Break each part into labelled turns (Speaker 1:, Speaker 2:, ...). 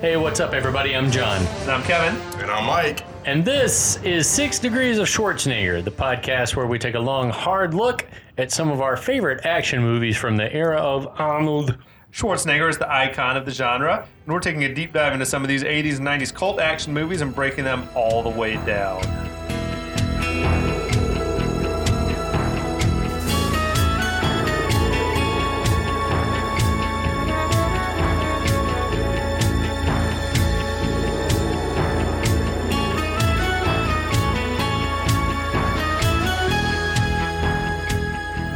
Speaker 1: Hey, what's up, everybody? I'm John.
Speaker 2: And I'm Kevin.
Speaker 3: And I'm Mike.
Speaker 1: And this is Six Degrees of Schwarzenegger, the podcast where we take a long, hard look at some of our favorite action movies from the era of Arnold.
Speaker 2: Schwarzenegger is the icon of the genre, and we're taking a deep dive into some of these 80s and 90s cult action movies and breaking them all the way down.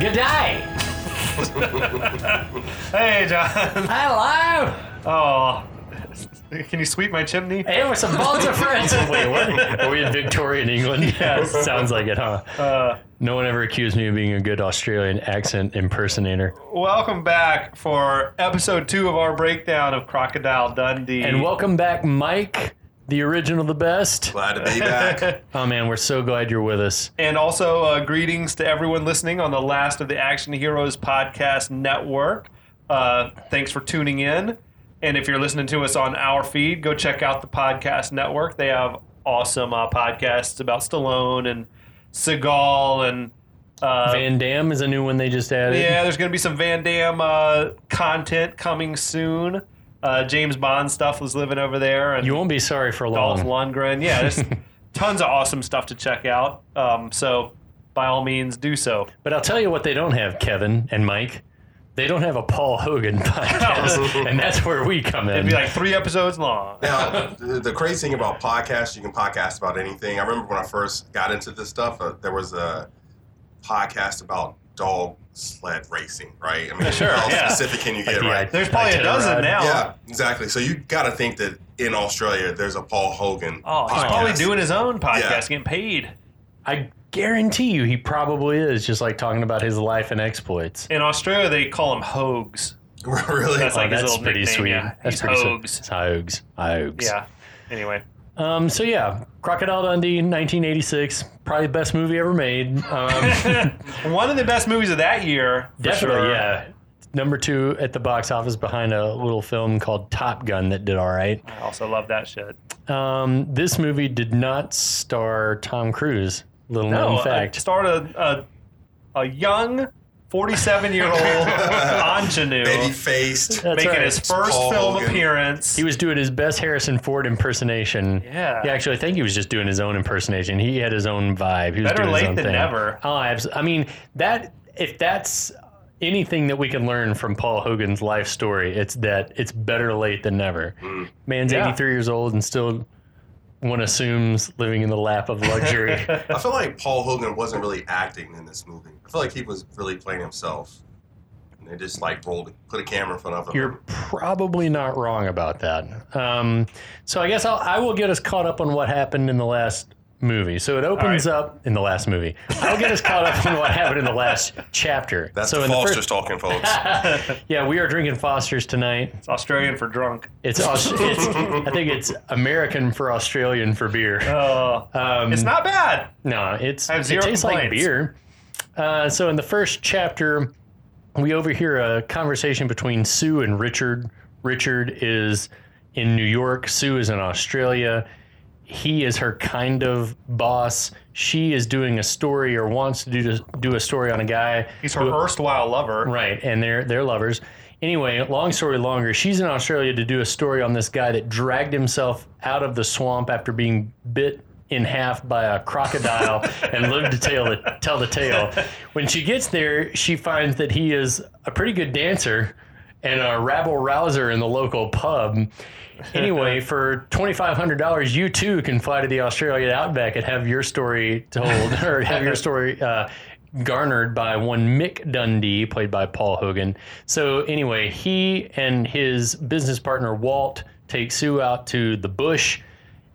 Speaker 1: Good day!
Speaker 2: Hey, John.
Speaker 1: Hello!
Speaker 2: Oh, can you sweep my chimney?
Speaker 1: Hey, we're some balls of friends. Wait, what? Are we in Victorian England?
Speaker 2: Yes.
Speaker 1: Sounds like it, huh?
Speaker 2: Uh,
Speaker 1: No one ever accused me of being a good Australian accent impersonator.
Speaker 2: welcome back for episode two of our breakdown of Crocodile Dundee.
Speaker 1: And welcome back, Mike, the original, the best.
Speaker 3: Glad to be
Speaker 2: Uh,
Speaker 3: back.
Speaker 1: Oh, man, we're so glad you're with us.
Speaker 2: And also, uh, greetings to everyone listening on the Last of the Action Heroes podcast network. Uh, thanks for tuning in. And if you're listening to us on our feed, go check out the podcast network. They have awesome uh, podcasts about Stallone and Seagal. And uh,
Speaker 1: Van Damme is a new one they just added.
Speaker 2: yeah, there's going to be some Van Damme uh, content coming soon. Uh, James Bond stuff was living over there. And
Speaker 1: You won't be sorry for long.
Speaker 2: Dolph Lundgren. Yeah, there's tons of awesome stuff to check out. Um, so by all means, do so.
Speaker 1: But I'll tell you what they don't have, Kevin and Mike. They don't have a Paul Hogan podcast, and that's where we come in.
Speaker 2: It'd be like three episodes long.
Speaker 3: now, the the crazy thing about podcasts, you can podcast about anything. I remember when I first got into this stuff, uh, there was a podcast about dog sled racing, right? I mean,
Speaker 2: Sure,
Speaker 3: how
Speaker 2: yeah.
Speaker 3: specific can you get,
Speaker 1: the
Speaker 3: right?
Speaker 1: idea.
Speaker 2: There's probably a dozen now.
Speaker 3: Yeah, exactly. So you got to think that in Australia, there's a Paul Hogan.
Speaker 2: Oh, he's
Speaker 3: podcast.
Speaker 2: probably doing his own podcast,
Speaker 3: Yeah.
Speaker 2: getting paid.
Speaker 1: I guarantee you, he probably is just like talking about his life and exploits.
Speaker 2: In Australia, they call him Hogs.
Speaker 3: really.
Speaker 2: That's like his
Speaker 1: Oh, that's
Speaker 2: little
Speaker 1: pretty
Speaker 2: nickname,
Speaker 1: sweet.
Speaker 2: yeah.
Speaker 1: That's
Speaker 2: He's
Speaker 1: pretty
Speaker 2: Hogs.
Speaker 1: sweet. It's Hogs. Hogs.
Speaker 2: Yeah. Anyway,
Speaker 1: Um, so yeah, Crocodile Dundee, 1986, probably the best movie ever made. Um,
Speaker 2: one of the best movies of that year. for
Speaker 1: definitely,
Speaker 2: sure.
Speaker 1: yeah. Number two at the box office behind a little film called Top Gun that did all right.
Speaker 2: I also love that shit.
Speaker 1: Um, this movie did not star Tom Cruise. Little known fact.
Speaker 2: I started Oh, uh, a, a, a young 47 year old ingenue
Speaker 3: Baby faced.
Speaker 1: That's
Speaker 2: making
Speaker 1: right.
Speaker 2: his first
Speaker 3: Paul
Speaker 2: film
Speaker 3: Hogan.
Speaker 2: appearance.
Speaker 1: He was doing his best Harrison Ford impersonation.
Speaker 2: Yeah.
Speaker 1: Yeah, actually, I think he was just doing his own impersonation. He had his own vibe. He was
Speaker 2: Better
Speaker 1: doing his
Speaker 2: late
Speaker 1: own
Speaker 2: than
Speaker 1: thing.
Speaker 2: never.
Speaker 1: Oh, abs- I mean, that if that's anything that we can learn from Paul Hogan's life story, it's that it's better late than never. Man's
Speaker 2: Mm. Yeah.
Speaker 1: 83 years old and still, one assumes, living in the lap of luxury.
Speaker 3: I feel like Paul Hogan wasn't really acting in this movie. I feel like he was really playing himself. And they just like rolled, put a camera in front of him.
Speaker 1: You're probably not wrong about that. Um, so I guess I'll, I will get us caught up on what happened in the last movie. So it opens up in the last movie. I'll get us caught up on what happened in the last chapter.
Speaker 3: That's
Speaker 1: so
Speaker 3: the
Speaker 1: in the
Speaker 3: Foster's
Speaker 1: first-
Speaker 3: talking, folks.
Speaker 1: yeah, we are drinking Foster's tonight.
Speaker 2: It's Australian for drunk.
Speaker 1: It's, Aus- it's I think it's American for Australian for beer.
Speaker 2: Oh,
Speaker 1: Um,
Speaker 2: it's not bad.
Speaker 1: No, it's
Speaker 2: I have zero
Speaker 1: it tastes like
Speaker 2: complaints.
Speaker 1: beer. Uh, so in the first chapter, we overhear a conversation between Sue and Richard. Richard is in New York. Sue is in Australia. He is her kind of boss. She is doing a story or wants to do do a story on a guy.
Speaker 2: He's her erstwhile lover.
Speaker 1: Right, and they're they're lovers. Anyway, long story longer, she's in Australia to do a story on this guy that dragged himself out of the swamp after being bit in half by a crocodile and lived to tell the, tell the tale. When she gets there, she finds that he is a pretty good dancer and a rabble rouser in the local pub. Anyway, for twenty five hundred dollars, you too can fly to the Australian outback and have your story told, or have your story uh, garnered by one Mick Dundee, played by Paul Hogan. So anyway, he and his business partner Walt take Sue out to the bush,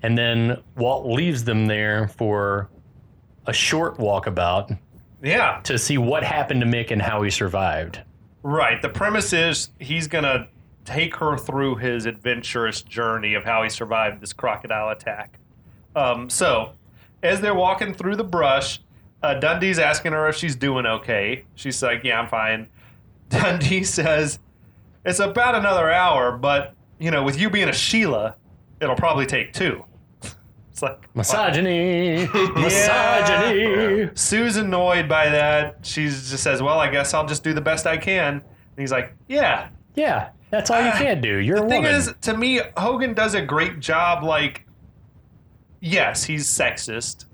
Speaker 1: and then Walt leaves them there for a short walkabout
Speaker 2: Yeah.
Speaker 1: to see what happened to Mick and how he survived.
Speaker 2: Right. The premise is he's going to take her through his adventurous journey of how he survived this crocodile attack. Um, so, as they're walking through the brush, uh, Dundee's asking her if she's doing okay. She's like, Yeah, I'm fine. Dundee says, It's about another hour, but, you know, with you being a Sheila, it'll probably take two. It's like,
Speaker 1: Misogyny, misogyny.
Speaker 2: Sue's annoyed by that. She just says, "Well, I guess I'll just do the best I can." And he's like, "Yeah."
Speaker 1: Yeah, that's all you can do. You're a
Speaker 2: The thing
Speaker 1: woman.
Speaker 2: is, to me, Hogan does a great job. Like, yes, he's sexist,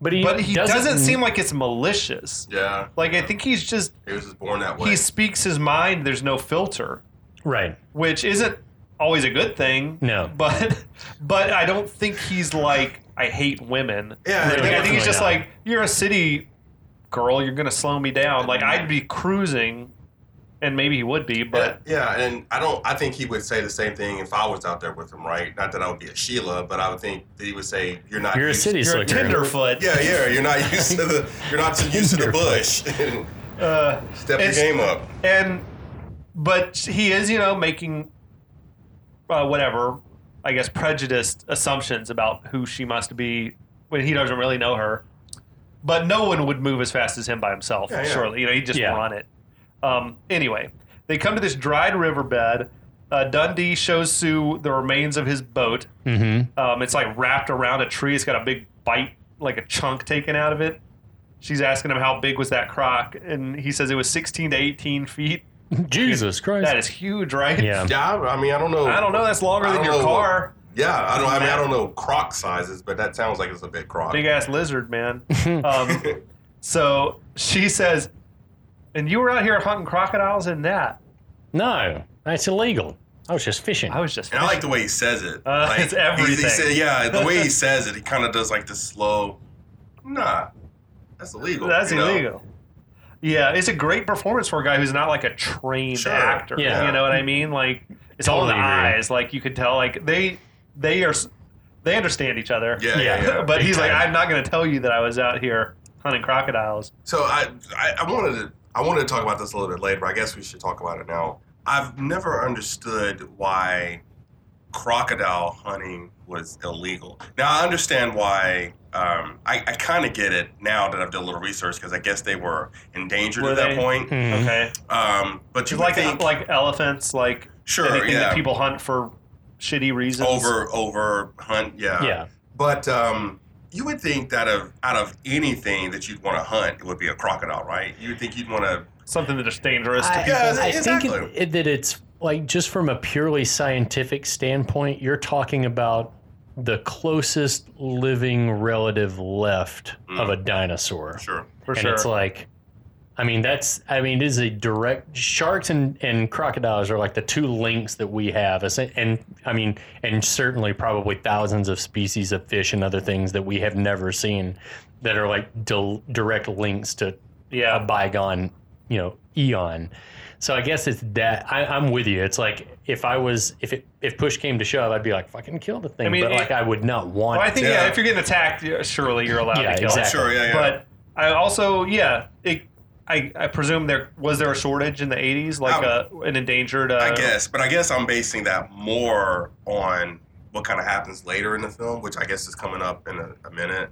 Speaker 1: but he,
Speaker 2: but he doesn't,
Speaker 1: doesn't
Speaker 2: seem like it's malicious.
Speaker 3: Yeah,
Speaker 2: Like, I think he's just
Speaker 3: he was just born that way.
Speaker 2: he speaks his mind. There's no filter,
Speaker 1: right.
Speaker 2: which isn't always a good thing.
Speaker 1: No.
Speaker 2: but but I don't think he's like I hate women.
Speaker 3: yeah,
Speaker 1: Really?
Speaker 2: Like, I think he's
Speaker 1: Definitely
Speaker 2: just
Speaker 1: not.
Speaker 2: like, you're a city girl, you're gonna slow me down. Like I'd be cruising, and maybe he would be, but
Speaker 3: yeah, and I don't. I think he would say the same thing if I was out there with him, right? Not that I would be a Sheila, but I would think that he would say, "You're not.
Speaker 1: You're a
Speaker 3: used-
Speaker 1: city
Speaker 2: you're a
Speaker 1: slicker.
Speaker 2: tenderfoot.
Speaker 3: Yeah, yeah. You're not used to the. You're not used to the bush.
Speaker 2: Uh,
Speaker 3: Step your
Speaker 2: It's-
Speaker 3: game up.
Speaker 2: and but he is, you know, making uh, whatever, I guess, prejudiced assumptions about who she must be when he doesn't really know her. But no one would move as fast as him by himself,
Speaker 3: Yeah, yeah.
Speaker 2: surely. You know, he'd just
Speaker 1: Yeah.
Speaker 2: run it. Um, anyway, they come to this dried riverbed. Uh, Dundee shows Sue the remains of his boat.
Speaker 1: Mm-hmm.
Speaker 2: Um, it's like wrapped around a tree. It's got a big bite, like a chunk taken out of it. She's asking him how big was that croc, and he says it was 16 to 18 feet.
Speaker 1: Jesus Christ.
Speaker 2: That is huge, right?
Speaker 1: yeah.
Speaker 3: Yeah, I I mean, I don't know.
Speaker 2: I don't know. That's longer
Speaker 3: I
Speaker 2: than
Speaker 3: don't
Speaker 2: your
Speaker 3: know.
Speaker 2: car.
Speaker 3: Yeah, I don't. I mean, I don't know croc sizes, but that sounds like it's a bit croc.
Speaker 2: Big ass lizard, man. um, so she says, and you were out here hunting crocodiles in that.
Speaker 1: No, that's illegal. I was just fishing.
Speaker 2: I was just.
Speaker 3: And I like the way he says it.
Speaker 2: Uh,
Speaker 3: like,
Speaker 2: it's
Speaker 3: he's-
Speaker 2: everything.
Speaker 3: He said, yeah, the way he says it, he kind of does like the slow. Nah, that's illegal.
Speaker 2: That's
Speaker 3: you know?
Speaker 2: illegal. Yeah, it's a great performance for a guy who's not like a trained
Speaker 3: Sure.
Speaker 2: actor.
Speaker 1: Yeah.
Speaker 2: You know what I mean? Like it's all in the
Speaker 1: Totally agree.
Speaker 2: eyes. Like you could tell like they they are s- they understand each other.
Speaker 3: Yeah, yeah, yeah.
Speaker 2: but
Speaker 1: big
Speaker 2: he's like
Speaker 1: time.
Speaker 2: I'm not going to tell you that I was out here hunting crocodiles.
Speaker 3: So I, I, I wanted to, I wanted to talk about this a little bit later, but I guess we should talk about it now. I've never understood why crocodile hunting was illegal. Now I understand why. Um, I, I kind of get it now that I've done a little research because I guess they were endangered
Speaker 2: Were
Speaker 3: at that
Speaker 2: they?
Speaker 3: point.
Speaker 1: Mhm.
Speaker 2: Okay.
Speaker 3: Um, but you would
Speaker 2: like
Speaker 3: think
Speaker 2: like elephants like
Speaker 3: sure,
Speaker 2: anything
Speaker 3: yeah,
Speaker 2: that people hunt for shitty reasons.
Speaker 3: over over hunt,
Speaker 1: yeah.
Speaker 3: But um, you would think that of out of anything that you'd want to hunt, it would be a crocodile, right? You would think you'd want to.
Speaker 2: something that is dangerous to
Speaker 1: I,
Speaker 2: people.
Speaker 3: Yeah,
Speaker 1: I think
Speaker 3: exactly.
Speaker 1: it, it, that it's like just from a purely scientific standpoint, you're talking about the closest living relative left of
Speaker 2: Mm.
Speaker 1: a dinosaur.
Speaker 3: Sure.
Speaker 2: For
Speaker 1: and
Speaker 2: sure.
Speaker 1: it's like i mean that's i mean it is a direct sharks and and crocodiles are like the two links that we have As- and i mean and certainly probably thousands of species of fish and other things that we have never seen that are like dil direct links to a
Speaker 2: yeah.
Speaker 1: bygone you know eon so i guess it's that I, i'm with you it's like if i was if it if push came to shove i'd be like fucking kill the thing
Speaker 2: I mean,
Speaker 1: but
Speaker 2: it-
Speaker 1: like i would not
Speaker 2: Well,
Speaker 1: want
Speaker 2: I
Speaker 1: it.
Speaker 2: think yeah.
Speaker 3: Yeah.
Speaker 2: if you're getting attacked, yeah, surely you're allowed
Speaker 1: Yeah,
Speaker 2: to kill.
Speaker 1: exactly.
Speaker 3: Sure. Yeah. yeah.
Speaker 2: But I also, yeah, it, I, I presume there was there a shortage in the '80s, like
Speaker 3: I-
Speaker 2: uh an endangered. Uh,
Speaker 3: Oh. I guess, but I guess I'm basing that more on what kind of happens later in the film, which I guess is coming up in a, a minute,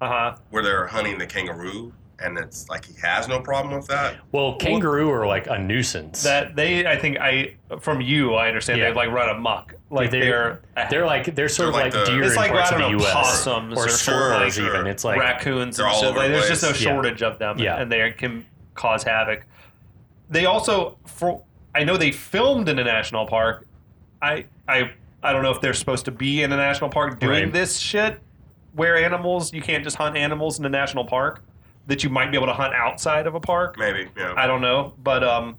Speaker 2: Uh huh.
Speaker 3: where they're hunting the kangaroo, and it's like he has no problem with that.
Speaker 1: well kangaroo are like a nuisance
Speaker 2: That they, I think, I from you, I understand
Speaker 1: Yeah.
Speaker 2: they've like run amok. Like
Speaker 1: They're-
Speaker 2: they're
Speaker 1: They're like they're sort
Speaker 3: They're
Speaker 1: of like,
Speaker 3: like the-
Speaker 1: deer
Speaker 2: it's
Speaker 1: in
Speaker 2: like
Speaker 1: parts
Speaker 2: I
Speaker 1: of
Speaker 2: don't
Speaker 1: the
Speaker 2: know
Speaker 1: U.S.
Speaker 2: possums
Speaker 1: or
Speaker 2: or,
Speaker 3: sure.
Speaker 1: squirrels even. It's like
Speaker 2: raccoons
Speaker 3: They're
Speaker 2: and
Speaker 3: all
Speaker 2: shit.
Speaker 3: over
Speaker 2: Like,
Speaker 3: the
Speaker 2: there's just no
Speaker 3: place.
Speaker 1: Yeah.
Speaker 2: shortage of them,
Speaker 1: Yeah.
Speaker 2: and they can cause havoc. They also, for I know they filmed in a national park. I I I don't know if they're supposed to be in a national park doing
Speaker 1: Right.
Speaker 2: this shit. Where animals, you can't just hunt animals in a national park that you might be able to hunt outside of a park.
Speaker 3: Maybe. Yeah.
Speaker 2: I don't know, but um,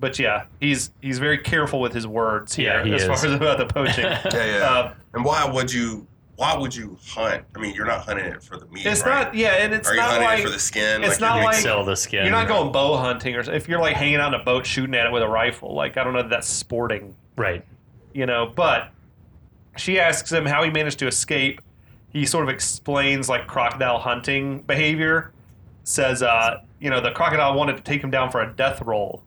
Speaker 2: but yeah, he's he's very careful with his words here
Speaker 1: Yeah, he
Speaker 2: as
Speaker 1: is.
Speaker 2: far as about the poaching.
Speaker 3: yeah. Yeah.
Speaker 2: uh,
Speaker 3: and why would you? Why would you hunt? I mean, you're not hunting it for the meat.
Speaker 2: it's
Speaker 3: right?
Speaker 2: not, yeah, and it's
Speaker 3: Are you
Speaker 2: not
Speaker 3: hunting
Speaker 2: like
Speaker 3: it for the skin?
Speaker 2: it's
Speaker 3: you're
Speaker 2: not
Speaker 3: doing
Speaker 2: like-
Speaker 1: sell the skin.
Speaker 2: You're not going bow hunting or if you're like hanging out in a boat shooting at it with a rifle. Like I don't know, if that's sporting,
Speaker 1: right.
Speaker 2: you know. But she asks him how he managed to escape. He sort of explains like crocodile hunting behavior, says, uh, you know, the crocodile wanted to take him down for a death roll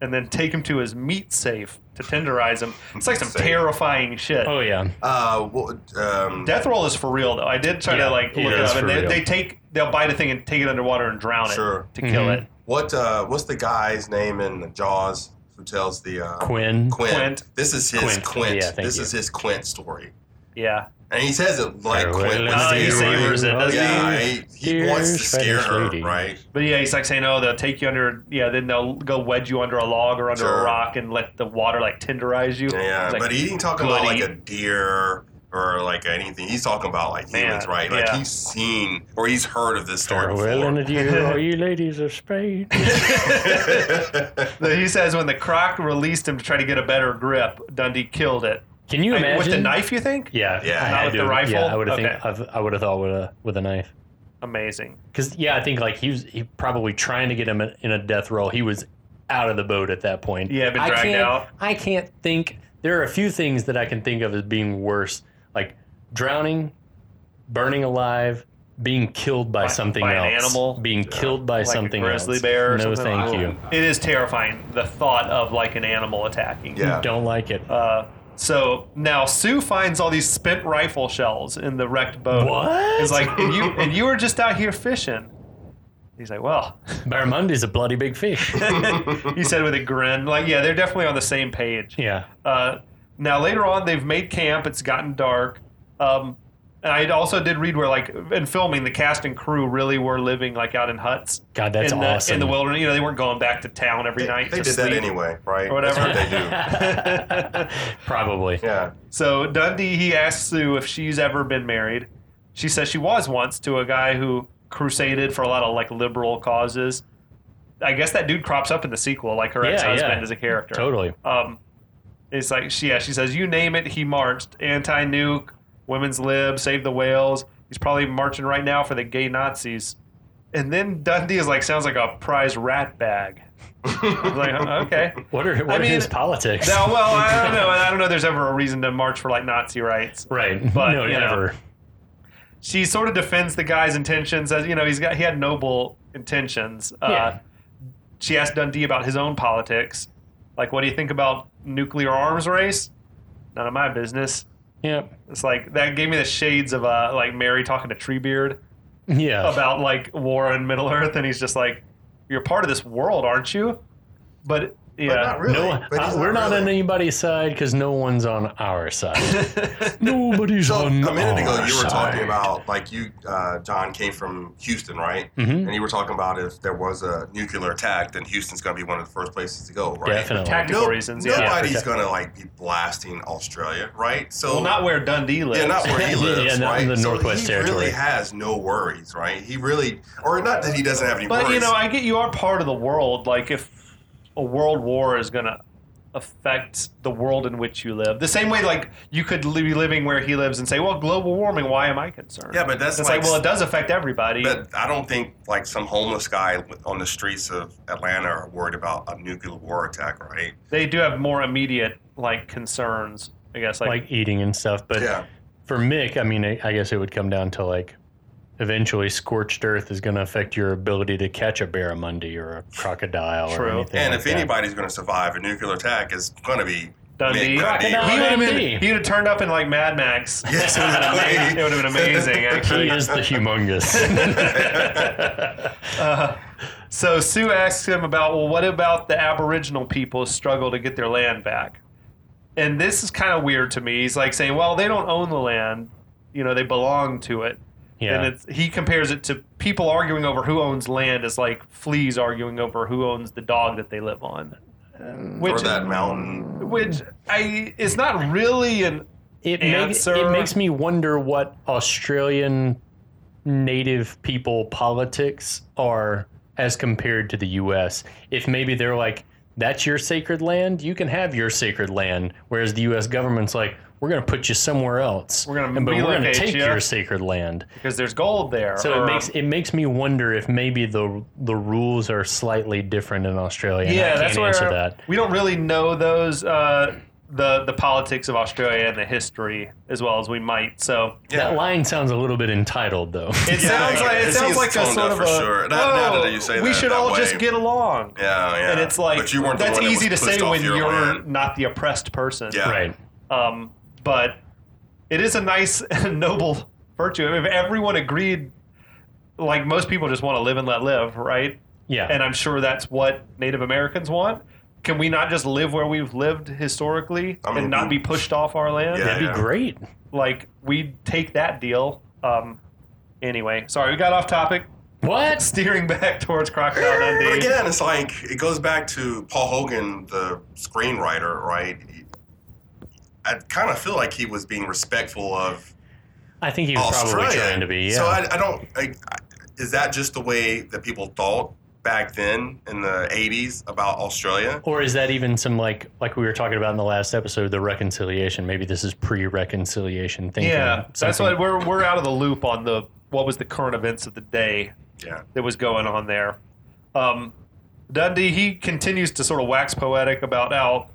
Speaker 2: and then take him to his meat safe to tenderize him. It's like some
Speaker 3: Safe.
Speaker 2: terrifying shit.
Speaker 1: Oh yeah,
Speaker 3: Uh, well, um,
Speaker 2: Death roll is for real though. I did try
Speaker 1: Yeah,
Speaker 2: to like
Speaker 1: yeah,
Speaker 2: look it
Speaker 1: it's
Speaker 2: up, and
Speaker 1: for
Speaker 2: they,
Speaker 1: real.
Speaker 2: they take they'll bite a thing and take it underwater and drown
Speaker 3: Sure.
Speaker 2: it to kill
Speaker 1: Mhm.
Speaker 2: it.
Speaker 3: What uh, what's the guy's name in the Jaws who tells the uh,
Speaker 1: Quinn.
Speaker 3: Quint.
Speaker 2: Quint.
Speaker 3: This is his
Speaker 1: Quint.
Speaker 3: Quint.
Speaker 1: Yeah, thank
Speaker 3: this
Speaker 1: you.
Speaker 3: is his Quint story,
Speaker 2: Yeah,
Speaker 3: and he says it like
Speaker 1: Farewell
Speaker 3: Quint.
Speaker 1: and
Speaker 3: was
Speaker 2: Oh, he
Speaker 3: saying, right?
Speaker 2: savors it, doesn't
Speaker 3: Yeah, he, he
Speaker 1: Dear
Speaker 3: wants to scare
Speaker 1: Spanish
Speaker 3: her,
Speaker 1: lady.
Speaker 3: right?
Speaker 2: but yeah, he's like saying, "Oh, they'll take you under. Yeah, then they'll go wedge you under a log or under a
Speaker 3: Sure.
Speaker 2: rock and let the water like tenderize you."
Speaker 3: Yeah,
Speaker 2: It's like,
Speaker 3: but he ain't talking about like
Speaker 2: bloody-
Speaker 3: a deer or like anything. He's talking about like humans,
Speaker 2: Man,
Speaker 3: right? Like
Speaker 2: yeah.
Speaker 3: he's seen or he's heard of this story
Speaker 1: Farewell and
Speaker 3: before.
Speaker 1: adieu, all you ladies of Spain.
Speaker 2: He says when the croc released him to try to get a better grip, Dundee killed it.
Speaker 1: Can you
Speaker 2: Like,
Speaker 1: imagine
Speaker 2: with the knife, you think?
Speaker 1: Yeah,
Speaker 3: Yeah.
Speaker 1: I
Speaker 3: Not
Speaker 1: had
Speaker 2: with
Speaker 1: to
Speaker 2: the
Speaker 1: have-
Speaker 2: rifle?
Speaker 1: Yeah, I would have
Speaker 2: Okay.
Speaker 1: think I've, I would have thought with a with a knife.
Speaker 2: Amazing.
Speaker 1: Because yeah, I think like he was he probably trying to get him in, in a death roll. He was out of the boat at that point.
Speaker 2: Yeah, been
Speaker 1: I
Speaker 2: dragged
Speaker 1: can't,
Speaker 2: out.
Speaker 1: I can't think. There are a few things that I can think of as being worse, like drowning, burning alive, being killed by,
Speaker 2: By-
Speaker 1: something
Speaker 2: by an
Speaker 1: else,
Speaker 2: animal?
Speaker 1: being killed by
Speaker 2: Like a
Speaker 1: something
Speaker 2: grizzly
Speaker 1: else.
Speaker 2: bear or
Speaker 1: no,
Speaker 2: something
Speaker 1: thank
Speaker 2: like
Speaker 1: you.
Speaker 2: It is terrifying. The thought of like an animal attacking.
Speaker 3: Yeah.
Speaker 1: Don't like it.
Speaker 2: Uh, so now Sue finds all these spent rifle shells in the wrecked boat.
Speaker 1: What?
Speaker 2: It's like, and you and you were just out here fishing. He's like, well,
Speaker 1: Barramundi's a bloody big fish.
Speaker 2: he said with a grin, like, yeah, they're definitely on the same page.
Speaker 1: yeah.
Speaker 2: Uh, now later on, they've made camp. It's gotten dark. Um, and I also did read where, like, in filming, the cast and crew really were living like out in huts.
Speaker 1: God, that's
Speaker 2: in the,
Speaker 1: awesome.
Speaker 2: In the wilderness, you know, they weren't going back to town every
Speaker 3: they
Speaker 2: night.
Speaker 3: they
Speaker 2: to
Speaker 3: did that
Speaker 2: sleep.
Speaker 3: anyway, right?
Speaker 2: Or whatever.
Speaker 3: That's what they
Speaker 1: Probably.
Speaker 3: do. Yeah.
Speaker 2: So Dundee, he asks Sue if she's ever been married. She says she was once to a guy who crusaded for a lot of like liberal causes. I guess that dude crops up in the sequel, like her
Speaker 1: Yeah,
Speaker 2: ex-husband
Speaker 1: yeah.
Speaker 2: is a character.
Speaker 1: Totally.
Speaker 2: Um, it's like she, yeah, she says you name it, he marched. Anti-nuke, women's lib, save the whales. He's probably marching right now for the gay Nazis. And then Dundee is like sounds like a prize rat bag. I was like okay.
Speaker 1: What are what are
Speaker 2: mean,
Speaker 1: his politics?
Speaker 2: Now, well, I don't know. I don't know. if There's ever a reason to march for like Nazi rights.
Speaker 1: right.
Speaker 2: but,
Speaker 1: no,
Speaker 2: you know,
Speaker 1: never.
Speaker 2: she sort of defends the guy's intentions as you know he's got he had noble intentions. Uh,
Speaker 1: Yeah.
Speaker 2: she asked Dundee about his own politics, like what do you think about nuclear arms race? None of my business.
Speaker 1: Yeah.
Speaker 2: It's like that gave me the shades of uh, like Mary talking to Treebeard
Speaker 1: Yeah.
Speaker 2: about like war in Middle Earth, and he's just like, "You're part of this world, aren't you?" But
Speaker 3: But
Speaker 2: yeah,
Speaker 3: not really.
Speaker 1: no,
Speaker 3: But
Speaker 1: uh,
Speaker 3: he's
Speaker 1: we're not on
Speaker 3: really.
Speaker 1: anybody's side because no one's on our side. Nobody's
Speaker 3: So a
Speaker 1: on
Speaker 3: minute ago,
Speaker 1: our
Speaker 3: you were
Speaker 1: side.
Speaker 3: talking about like you, uh, John, came from Houston, right?
Speaker 1: Mhm.
Speaker 3: And you were talking about if there was a nuclear attack, then Houston's going to be one of the first places to go, right?
Speaker 1: Definitely.
Speaker 2: tactical
Speaker 3: No-
Speaker 2: reasons. Yeah.
Speaker 3: nobody's
Speaker 1: Yeah.
Speaker 3: going to like be blasting Australia, right? So
Speaker 2: Well, not where Dundee lives.
Speaker 3: yeah, not where he
Speaker 1: Yeah,
Speaker 3: lives,
Speaker 1: not in
Speaker 3: right?
Speaker 1: the
Speaker 3: so
Speaker 1: Northwest
Speaker 3: he
Speaker 1: Territory.
Speaker 3: really has no worries, right? He really, or not that he doesn't have any
Speaker 2: But
Speaker 3: worries.
Speaker 2: you know, I get you are part of the world. Like if a world war is gonna affect the world in which you live, the same way like you could li- be living where he lives and say, "Well, global warming. Why am I concerned?"
Speaker 3: Yeah, but that's
Speaker 2: it's like,
Speaker 3: like-
Speaker 2: well, it does affect everybody.
Speaker 3: but I don't think like some homeless guy on the streets of Atlanta are worried about a nuclear war attack, right?
Speaker 2: they do have more immediate like concerns, I guess. Like,
Speaker 1: like eating and stuff. But
Speaker 3: yeah,
Speaker 1: for Mick, I mean, I, I guess it would come down to like eventually scorched earth is going to affect your ability to catch a barramundi or a crocodile or
Speaker 2: True.
Speaker 1: anything.
Speaker 3: and
Speaker 1: like
Speaker 3: if
Speaker 1: that.
Speaker 3: anybody's going to survive a nuclear attack, it's going to be
Speaker 2: Dundee.
Speaker 3: Mick Dundee,
Speaker 2: He
Speaker 1: Crocodile.
Speaker 3: right?
Speaker 2: would have
Speaker 1: Dundee.
Speaker 2: been. He would have turned up in like Mad Max.
Speaker 3: Yes,
Speaker 2: it would have been,
Speaker 3: exactly.
Speaker 2: amazing. Actually,
Speaker 1: he is the humongous.
Speaker 2: Uh, so Sue asks him about, well, what about the Aboriginal people's struggle to get their land back? And this is kind of weird to me. He's like saying, well, they don't own the land, you know, they belong to it.
Speaker 1: yeah.
Speaker 2: And it's, he compares it to people arguing over who owns land as like fleas arguing over who owns the dog that they live on.
Speaker 3: Mm. or
Speaker 2: Which,
Speaker 3: that mountain.
Speaker 2: which I is not really an
Speaker 1: it makes
Speaker 2: answer.
Speaker 1: it makes me wonder what Australian native people politics are as compared to the U.S. If maybe they're like, "That's your sacred land. You can have your sacred land," whereas the U.S. government's like, "We're going to put you somewhere else.
Speaker 2: We're gonna
Speaker 1: and- but we're gonna
Speaker 2: relocate
Speaker 1: take
Speaker 2: you."
Speaker 1: your sacred land."
Speaker 2: because there's gold there.
Speaker 1: So
Speaker 2: or-
Speaker 1: it makes it makes me wonder if maybe the the rules are slightly different in Australia. and I
Speaker 2: yeah,
Speaker 1: can't
Speaker 2: that's where
Speaker 1: answer that.
Speaker 2: we don't really know those uh, the the politics of Australia and the history as well as we might. So
Speaker 1: That line sounds a little bit entitled, though.
Speaker 2: it
Speaker 3: Yeah,
Speaker 2: sounds
Speaker 3: yeah,
Speaker 2: like it
Speaker 3: it's-
Speaker 2: sounds
Speaker 3: it's
Speaker 2: like a
Speaker 3: toned
Speaker 2: sort
Speaker 3: up
Speaker 2: of
Speaker 3: for
Speaker 2: a
Speaker 3: sure. Now- now
Speaker 2: "Oh,
Speaker 3: that you say
Speaker 2: we
Speaker 3: that
Speaker 2: should
Speaker 3: that
Speaker 2: all just
Speaker 3: way."
Speaker 2: get along.
Speaker 3: Yeah, yeah.
Speaker 2: And it's like
Speaker 3: but you weren't the
Speaker 2: that's
Speaker 3: one that
Speaker 2: easy
Speaker 3: was
Speaker 2: to
Speaker 3: pushed
Speaker 2: say
Speaker 3: off
Speaker 2: when
Speaker 3: your
Speaker 2: you're
Speaker 3: land.
Speaker 2: not the oppressed person.
Speaker 3: Yeah.
Speaker 1: Right.
Speaker 2: Um, but it is a nice and noble virtue. I mean, if everyone agreed, like most people just want to live and let live, right?
Speaker 1: Yeah.
Speaker 2: And I'm sure that's what Native Americans want. Can we not just live where we've lived historically
Speaker 3: I mean,
Speaker 2: and not be
Speaker 3: we-
Speaker 2: pushed off our land?
Speaker 3: Yeah.
Speaker 1: That'd be great.
Speaker 2: Like we take that deal. Um, anyway, sorry, we got off topic.
Speaker 1: What?
Speaker 2: Steering back towards Crocodile Dundee.
Speaker 3: But again, it's like it goes back to Paul Hogan, the screenwriter, right? I kind of feel like he was being respectful of
Speaker 1: I think he was
Speaker 3: Australia.
Speaker 1: probably trying to be. Yeah.
Speaker 3: So I, I don't. I, I- is that just the way that people thought back then in the '80s about Australia?
Speaker 1: or is that even some like like we were talking about in the last episode, the reconciliation? Maybe this is pre-reconciliation thinking.
Speaker 2: Yeah, that's
Speaker 1: something-
Speaker 2: why we're we're out of the loop on the what was the current events of the day
Speaker 3: Yeah.
Speaker 2: that was going on there. Um, Dundee he continues to sort of wax poetic about how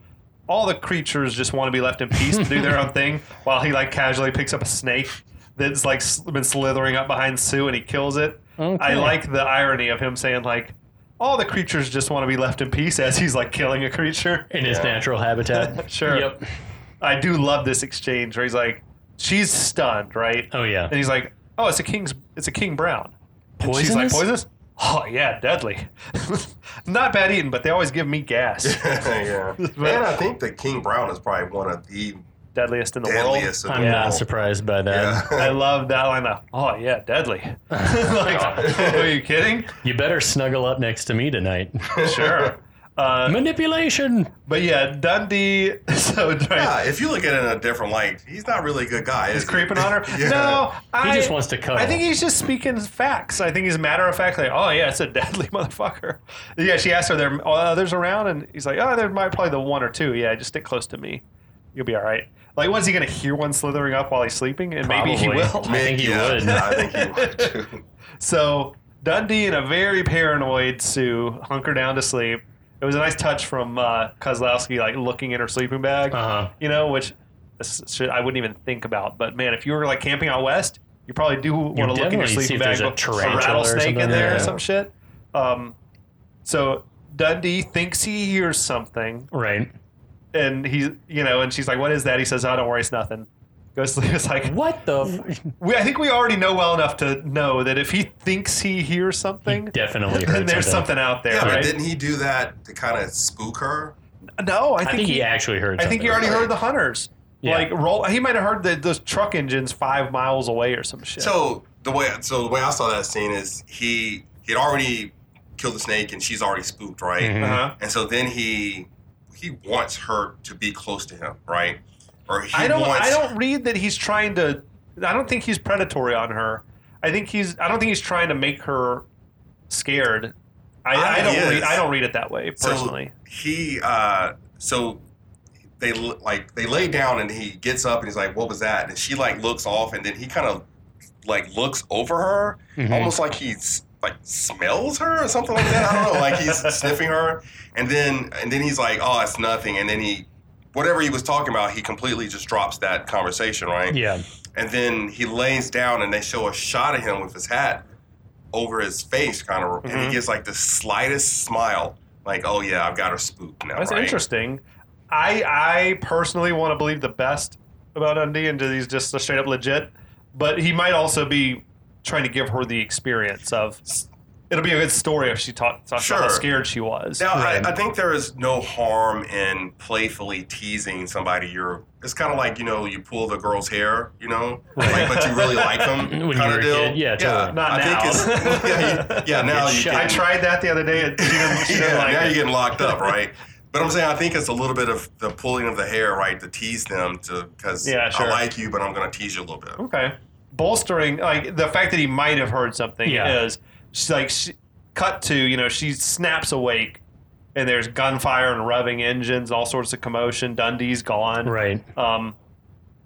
Speaker 2: all the creatures just want to be left in peace to do their own thing, while he like casually picks up a snake that's like s- been slithering up behind Sue and he kills it. I
Speaker 1: Okay.
Speaker 2: like the irony of him saying like all the creatures just want to be left in peace as he's like killing a creature.
Speaker 1: in his
Speaker 3: Yeah.
Speaker 1: natural habitat.
Speaker 2: Sure.
Speaker 1: Yep.
Speaker 2: I do love this exchange where he's like, she's stunned, right?
Speaker 1: Oh yeah.
Speaker 2: And he's like, "Oh, it's a king's. It's a king brown." And She's like,
Speaker 1: Poisonous?
Speaker 2: "Poisonous? Oh yeah, deadly. Not bad eating, but they always give me gas.
Speaker 3: yeah. And I think that King Brown is probably one of the
Speaker 2: Deadliest in the
Speaker 3: deadliest. in
Speaker 1: I'm
Speaker 3: the
Speaker 1: not
Speaker 3: world.
Speaker 1: surprised by that.
Speaker 3: Yeah.
Speaker 2: world." I love that line. Of, oh yeah, deadly. like, are you kidding?
Speaker 1: You better snuggle up next to me tonight.
Speaker 2: Sure. Uh,
Speaker 1: Manipulation.
Speaker 2: but yeah, Dundee. So right,
Speaker 3: Yeah, if you look at it in a different light, he's not really a good guy.
Speaker 2: he's
Speaker 3: is he?
Speaker 2: creeping on her.
Speaker 3: Yeah.
Speaker 2: No, I
Speaker 1: He just wants to cuddle.
Speaker 2: I think he's just speaking facts. I think he's matter of fact, like, oh yeah, it's a deadly motherfucker. Yeah, she asked, are there all others around? And he's like, oh, there might probably the one or two. Yeah, just stick close to me. You'll be all right. Like, was he gonna hear one slithering up while he's sleeping? And maybe he
Speaker 1: Probably.
Speaker 2: will.
Speaker 1: I think he
Speaker 3: Yeah,
Speaker 1: would.
Speaker 3: I think he would too.
Speaker 2: So Dundee and a very paranoid Sue hunker down to sleep. It was a nice touch from uh, Kozlowski, like looking in her sleeping bag.
Speaker 1: Uh-huh.
Speaker 2: You know, which this shit I wouldn't even think about. But man, if you were like camping out west, you probably do want to look in your
Speaker 1: definitely see
Speaker 2: sleeping
Speaker 1: if
Speaker 2: bag.
Speaker 1: there's a tarantula or
Speaker 2: rattlesnake
Speaker 1: something
Speaker 2: in there or
Speaker 1: there.
Speaker 2: some shit. Um, so Dundee thinks he hears something,
Speaker 1: Right.
Speaker 2: and he's you know, and she's like, "What is that?" He says, "Oh, don't worry, it's nothing." Goes to sleep. It's like
Speaker 1: What the? F-
Speaker 2: we, I think we already know well enough to know that if he thinks he hears something,
Speaker 1: Definitely
Speaker 2: then
Speaker 1: heard
Speaker 2: there's
Speaker 1: something.
Speaker 2: something out there,
Speaker 3: Yeah, but
Speaker 2: right?
Speaker 3: didn't he do that to kind of spook her?
Speaker 2: no,
Speaker 1: I
Speaker 2: I think,
Speaker 1: think
Speaker 2: he,
Speaker 1: he actually heard.
Speaker 2: I think he
Speaker 1: something.
Speaker 2: already heard the hunters.
Speaker 1: Yeah.
Speaker 2: Like roll, he might have heard the, those truck engines five miles away or some shit.
Speaker 3: So the way so the way I saw that scene is he he'd already killed the snake and she's already spooked, right?
Speaker 1: Mhm.
Speaker 2: uh-huh.
Speaker 3: And so then he he wants her to be close to him, right? Or he
Speaker 2: I don't.
Speaker 3: wants
Speaker 2: I don't read that he's trying to. I don't think he's predatory on her. I think he's. I don't think he's trying to make her scared. I,
Speaker 3: Ah,
Speaker 2: I,
Speaker 3: he
Speaker 2: don't. Read,
Speaker 3: is.
Speaker 2: I don't read it that way
Speaker 3: So-
Speaker 2: personally.
Speaker 3: he uh so they l- like they lay down and he gets up and he's like, "What was that?" And she like looks off and then he kind of like looks over her,
Speaker 1: Mhm.
Speaker 3: almost like he's like smells her or something like that. I don't know, like he's sniffing her, and then and then he's like, "Oh, it's nothing," and then he. Whatever he was talking about, he completely just drops that conversation, right?
Speaker 1: Yeah.
Speaker 3: And then he lays down and they show a shot of him with his hat over his face, kind of, and he
Speaker 2: Mhm.
Speaker 3: gets like the slightest smile, like, "Oh yeah, I've got her spooked now."
Speaker 2: That's
Speaker 3: right?
Speaker 2: interesting. I I personally want to believe the best about Dundee and that he's just a straight up legit, but he might also be trying to give her the experience of. It'll be a good story if she talk, talks about
Speaker 3: Sure.
Speaker 2: how scared she was.
Speaker 3: Now,
Speaker 1: Right.
Speaker 3: I, I think there is no harm in playfully teasing somebody. You're it's kind of like you know you pull the girl's hair, you know, like, but you really like them.
Speaker 1: When you
Speaker 3: kinda
Speaker 1: were a
Speaker 3: deal.
Speaker 1: kid, yeah, totally.
Speaker 2: Not
Speaker 3: I
Speaker 2: now.
Speaker 3: Think it's, yeah, you- yeah, now
Speaker 1: Get
Speaker 3: Oh, you.
Speaker 1: shot.
Speaker 3: Can,
Speaker 2: I tried that the other day. and She didn't, she didn't
Speaker 3: yeah,
Speaker 2: like
Speaker 3: now
Speaker 2: it.
Speaker 3: you're getting locked up, right? But I'm saying I think it's a little bit of the pulling of the hair, right, to tease them to because
Speaker 2: Yeah, sure.
Speaker 3: I like you, but I'm going to tease you a little bit.
Speaker 2: Okay. Bolstering, like the fact that he might have heard something
Speaker 1: Yeah.
Speaker 2: is she's like, she, cut to, you know, she snaps awake and there's gunfire and revving engines, all sorts of commotion. Dundee's gone.
Speaker 1: Right.
Speaker 2: Um,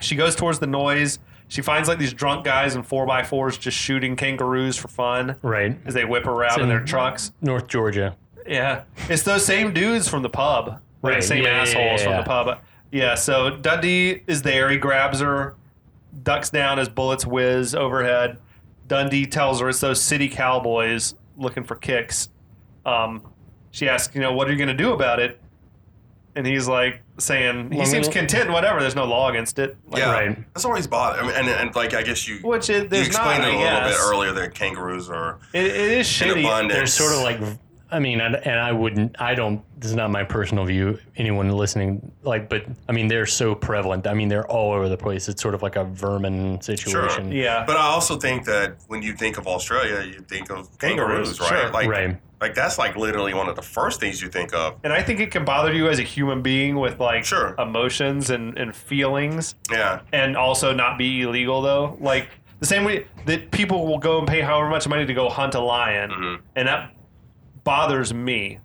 Speaker 2: she goes towards the noise. She finds like these drunk guys in 4x4s just shooting kangaroos for fun
Speaker 1: Right.
Speaker 2: as they whip around in,
Speaker 1: in-
Speaker 2: their trucks.
Speaker 1: North Georgia.
Speaker 2: Yeah. It's those same dudes from the pub. Right.
Speaker 1: Right.
Speaker 2: The same
Speaker 1: Yeah, yeah,
Speaker 2: assholes
Speaker 1: yeah,
Speaker 2: from
Speaker 1: yeah.
Speaker 2: the pub. Yeah, so Dundee is there. He grabs her, ducks down as bullets whiz overhead. Dundee tells her it's those city cowboys looking for kicks. Um, she asks, you know, what are you going to do about it? And he's like saying, he
Speaker 1: Well, I
Speaker 2: seems
Speaker 1: mean-
Speaker 2: content, whatever. There's no law against it. Like,
Speaker 3: Yeah,
Speaker 1: Right.
Speaker 3: that's always bothered. I mean, and, and like I guess you
Speaker 2: Which it,
Speaker 3: you
Speaker 2: there's not,
Speaker 3: explained
Speaker 2: I
Speaker 3: it a little bit
Speaker 2: guess.
Speaker 3: earlier that kangaroos are
Speaker 2: It, it is
Speaker 3: in
Speaker 2: shitty.
Speaker 3: abundance.
Speaker 1: They're sort of like, I mean, and, and I wouldn't, I don't, this is not my personal view, anyone listening, like, but I mean, they're so prevalent. I mean, they're all over the place. It's sort of like a vermin situation.
Speaker 2: Yeah.
Speaker 3: But I also think that when you think of Australia, you think of kangaroos,
Speaker 2: Kangaroos,
Speaker 3: right?
Speaker 2: sure.
Speaker 3: Like,
Speaker 1: right.
Speaker 3: like that's like literally one of the first things you think of.
Speaker 2: and I think it can bother you as a human being with like
Speaker 3: Sure.
Speaker 2: emotions and, and feelings.
Speaker 3: Yeah,
Speaker 2: and also not be illegal though. Like the same way that people will go and pay however much money to go hunt a lion,
Speaker 3: Mhm.
Speaker 2: and that bothers me.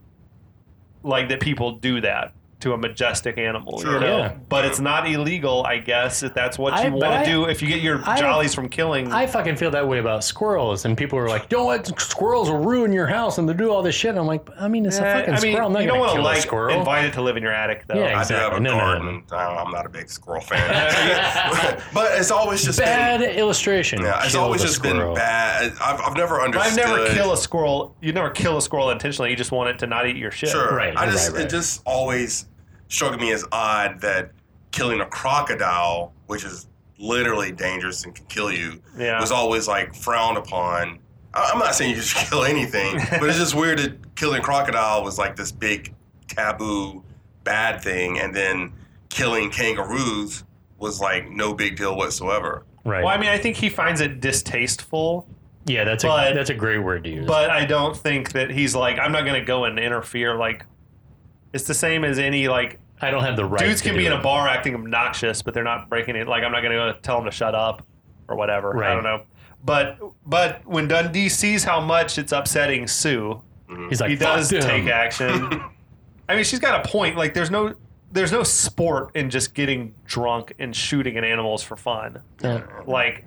Speaker 2: Like that people do that to a majestic animal,
Speaker 3: Sure.
Speaker 2: you know.
Speaker 1: Yeah.
Speaker 2: But it's not illegal, I guess, if that's what
Speaker 1: I-
Speaker 2: you
Speaker 1: but
Speaker 2: want
Speaker 1: I-
Speaker 2: to do. If you get your
Speaker 1: I-
Speaker 2: jollies from killing,
Speaker 1: I fucking feel that way about squirrels, and people are like, "Don't let squirrels will ruin your house," and they do all this shit. And I'm like, I mean, it's a
Speaker 2: Eh,
Speaker 1: fucking
Speaker 2: I mean,
Speaker 1: squirrel. I'm not
Speaker 2: you
Speaker 1: gonna
Speaker 2: don't want to
Speaker 1: kill a
Speaker 2: like
Speaker 1: squirrel.
Speaker 2: invite it to live in your attic, though.
Speaker 1: Yeah,
Speaker 3: I do have a
Speaker 1: Exactly. No, no, no,
Speaker 3: garden. I- I'm not a big squirrel fan, but it's always just been-
Speaker 1: Bad illustration.
Speaker 3: yeah, it's
Speaker 1: Kill
Speaker 3: always
Speaker 1: the
Speaker 3: just
Speaker 1: squirrel.
Speaker 3: been bad. I've, I've never
Speaker 2: But I've
Speaker 3: understood.
Speaker 2: never kill a squirrel. You never kill a squirrel intentionally. You just want it to not eat your shit.
Speaker 3: Sure.
Speaker 1: Right,
Speaker 3: I
Speaker 1: right,
Speaker 3: just it
Speaker 1: right.
Speaker 3: just always struck me as odd that killing a crocodile, which is literally dangerous and can kill you,
Speaker 2: Yeah.
Speaker 3: was always like frowned upon. I- I'm not saying you should kill anything, but it's just weird that killing crocodile was like this big taboo bad thing, and then killing kangaroos was like no big deal whatsoever.
Speaker 1: Right.
Speaker 2: Well, I mean, I think he finds it distasteful
Speaker 1: yeah, that's
Speaker 2: but-
Speaker 1: a that's a great word to use.
Speaker 2: but I don't think that he's like I'm not going to go and interfere. Like it's the same as any like
Speaker 1: I don't have the right.
Speaker 2: dudes
Speaker 1: to
Speaker 2: can
Speaker 1: do
Speaker 2: be in
Speaker 1: it.
Speaker 2: a bar acting obnoxious, but they're not breaking it. Like I'm not going to go tell them to shut up or whatever. I
Speaker 1: Right.
Speaker 2: don't know. But but when Dundee sees how much it's upsetting Sue,
Speaker 1: He's like,
Speaker 2: he does
Speaker 1: "Fuck them."
Speaker 2: take action. I mean, she's got a point. Like there's no there's no sport in just getting drunk and shooting at animals for fun
Speaker 1: Yeah.
Speaker 2: like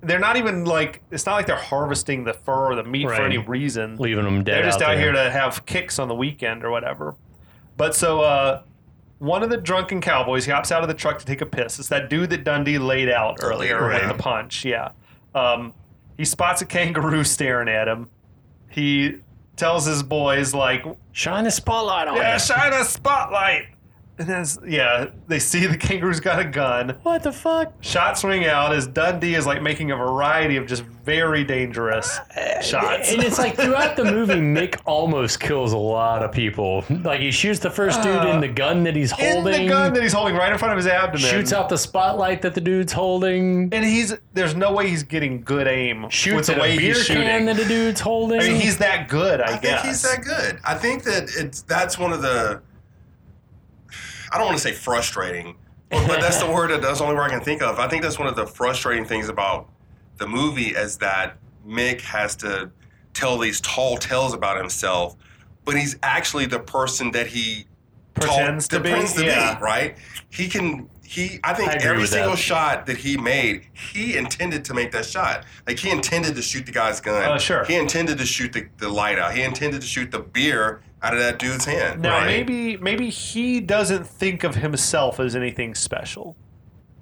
Speaker 2: they're not even like it's not like they're harvesting the fur or the meat
Speaker 1: Right.
Speaker 2: for any reason.
Speaker 1: leaving them dead.
Speaker 2: They're just out
Speaker 1: there.
Speaker 2: here to have kicks on the weekend or whatever. But so uh one of the drunken cowboys he hops out of the truck to take a piss. It's that dude that Dundee laid out earlier
Speaker 3: Earlier,
Speaker 2: with
Speaker 3: yeah.
Speaker 2: the punch. Yeah. Um, he spots a kangaroo staring at him. He tells his boys like
Speaker 1: shine the spotlight on
Speaker 2: yeah,
Speaker 1: it.
Speaker 2: shine a spotlight. And that's, yeah, they see the kangaroo's got a gun.
Speaker 1: What the fuck?
Speaker 2: Shots ring out as Dundee is like making a variety of just very dangerous shots.
Speaker 1: And it's like throughout the movie, Mick almost kills a lot of people. Like he shoots the first dude in the gun that he's
Speaker 2: Uh, In
Speaker 1: holding.
Speaker 2: the gun that he's holding right in front of his abdomen.
Speaker 1: shoots out the spotlight that the dude's holding.
Speaker 2: And he's there's no way he's getting good aim
Speaker 1: Shoots
Speaker 2: with
Speaker 1: at
Speaker 2: the way
Speaker 1: a beer
Speaker 2: he's shooting.
Speaker 1: can that the dude's holding.
Speaker 2: I mean, he's that good, I,
Speaker 3: I think
Speaker 2: guess.
Speaker 3: he's that good. I think that it's that's one of the. I don't want to say frustrating, but, but that's the word that that's the only word I can think of. I think that's one of the frustrating things about the movie is that Mick has to tell these tall tales about himself, but he's actually the person that he tall-
Speaker 2: Pretends to be,
Speaker 3: pretends to
Speaker 2: yeah.
Speaker 3: be. Right? He can. He. I think
Speaker 1: I agree
Speaker 3: every
Speaker 1: with
Speaker 3: single
Speaker 1: that.
Speaker 3: shot that he made, he intended to make that shot. Like he intended to shoot the guy's gun.
Speaker 2: Oh, sure.
Speaker 3: He intended to shoot the, the light out. He intended to shoot the beer out of that dude's hand.
Speaker 2: Now
Speaker 3: right?
Speaker 2: maybe maybe he doesn't think of himself as anything special,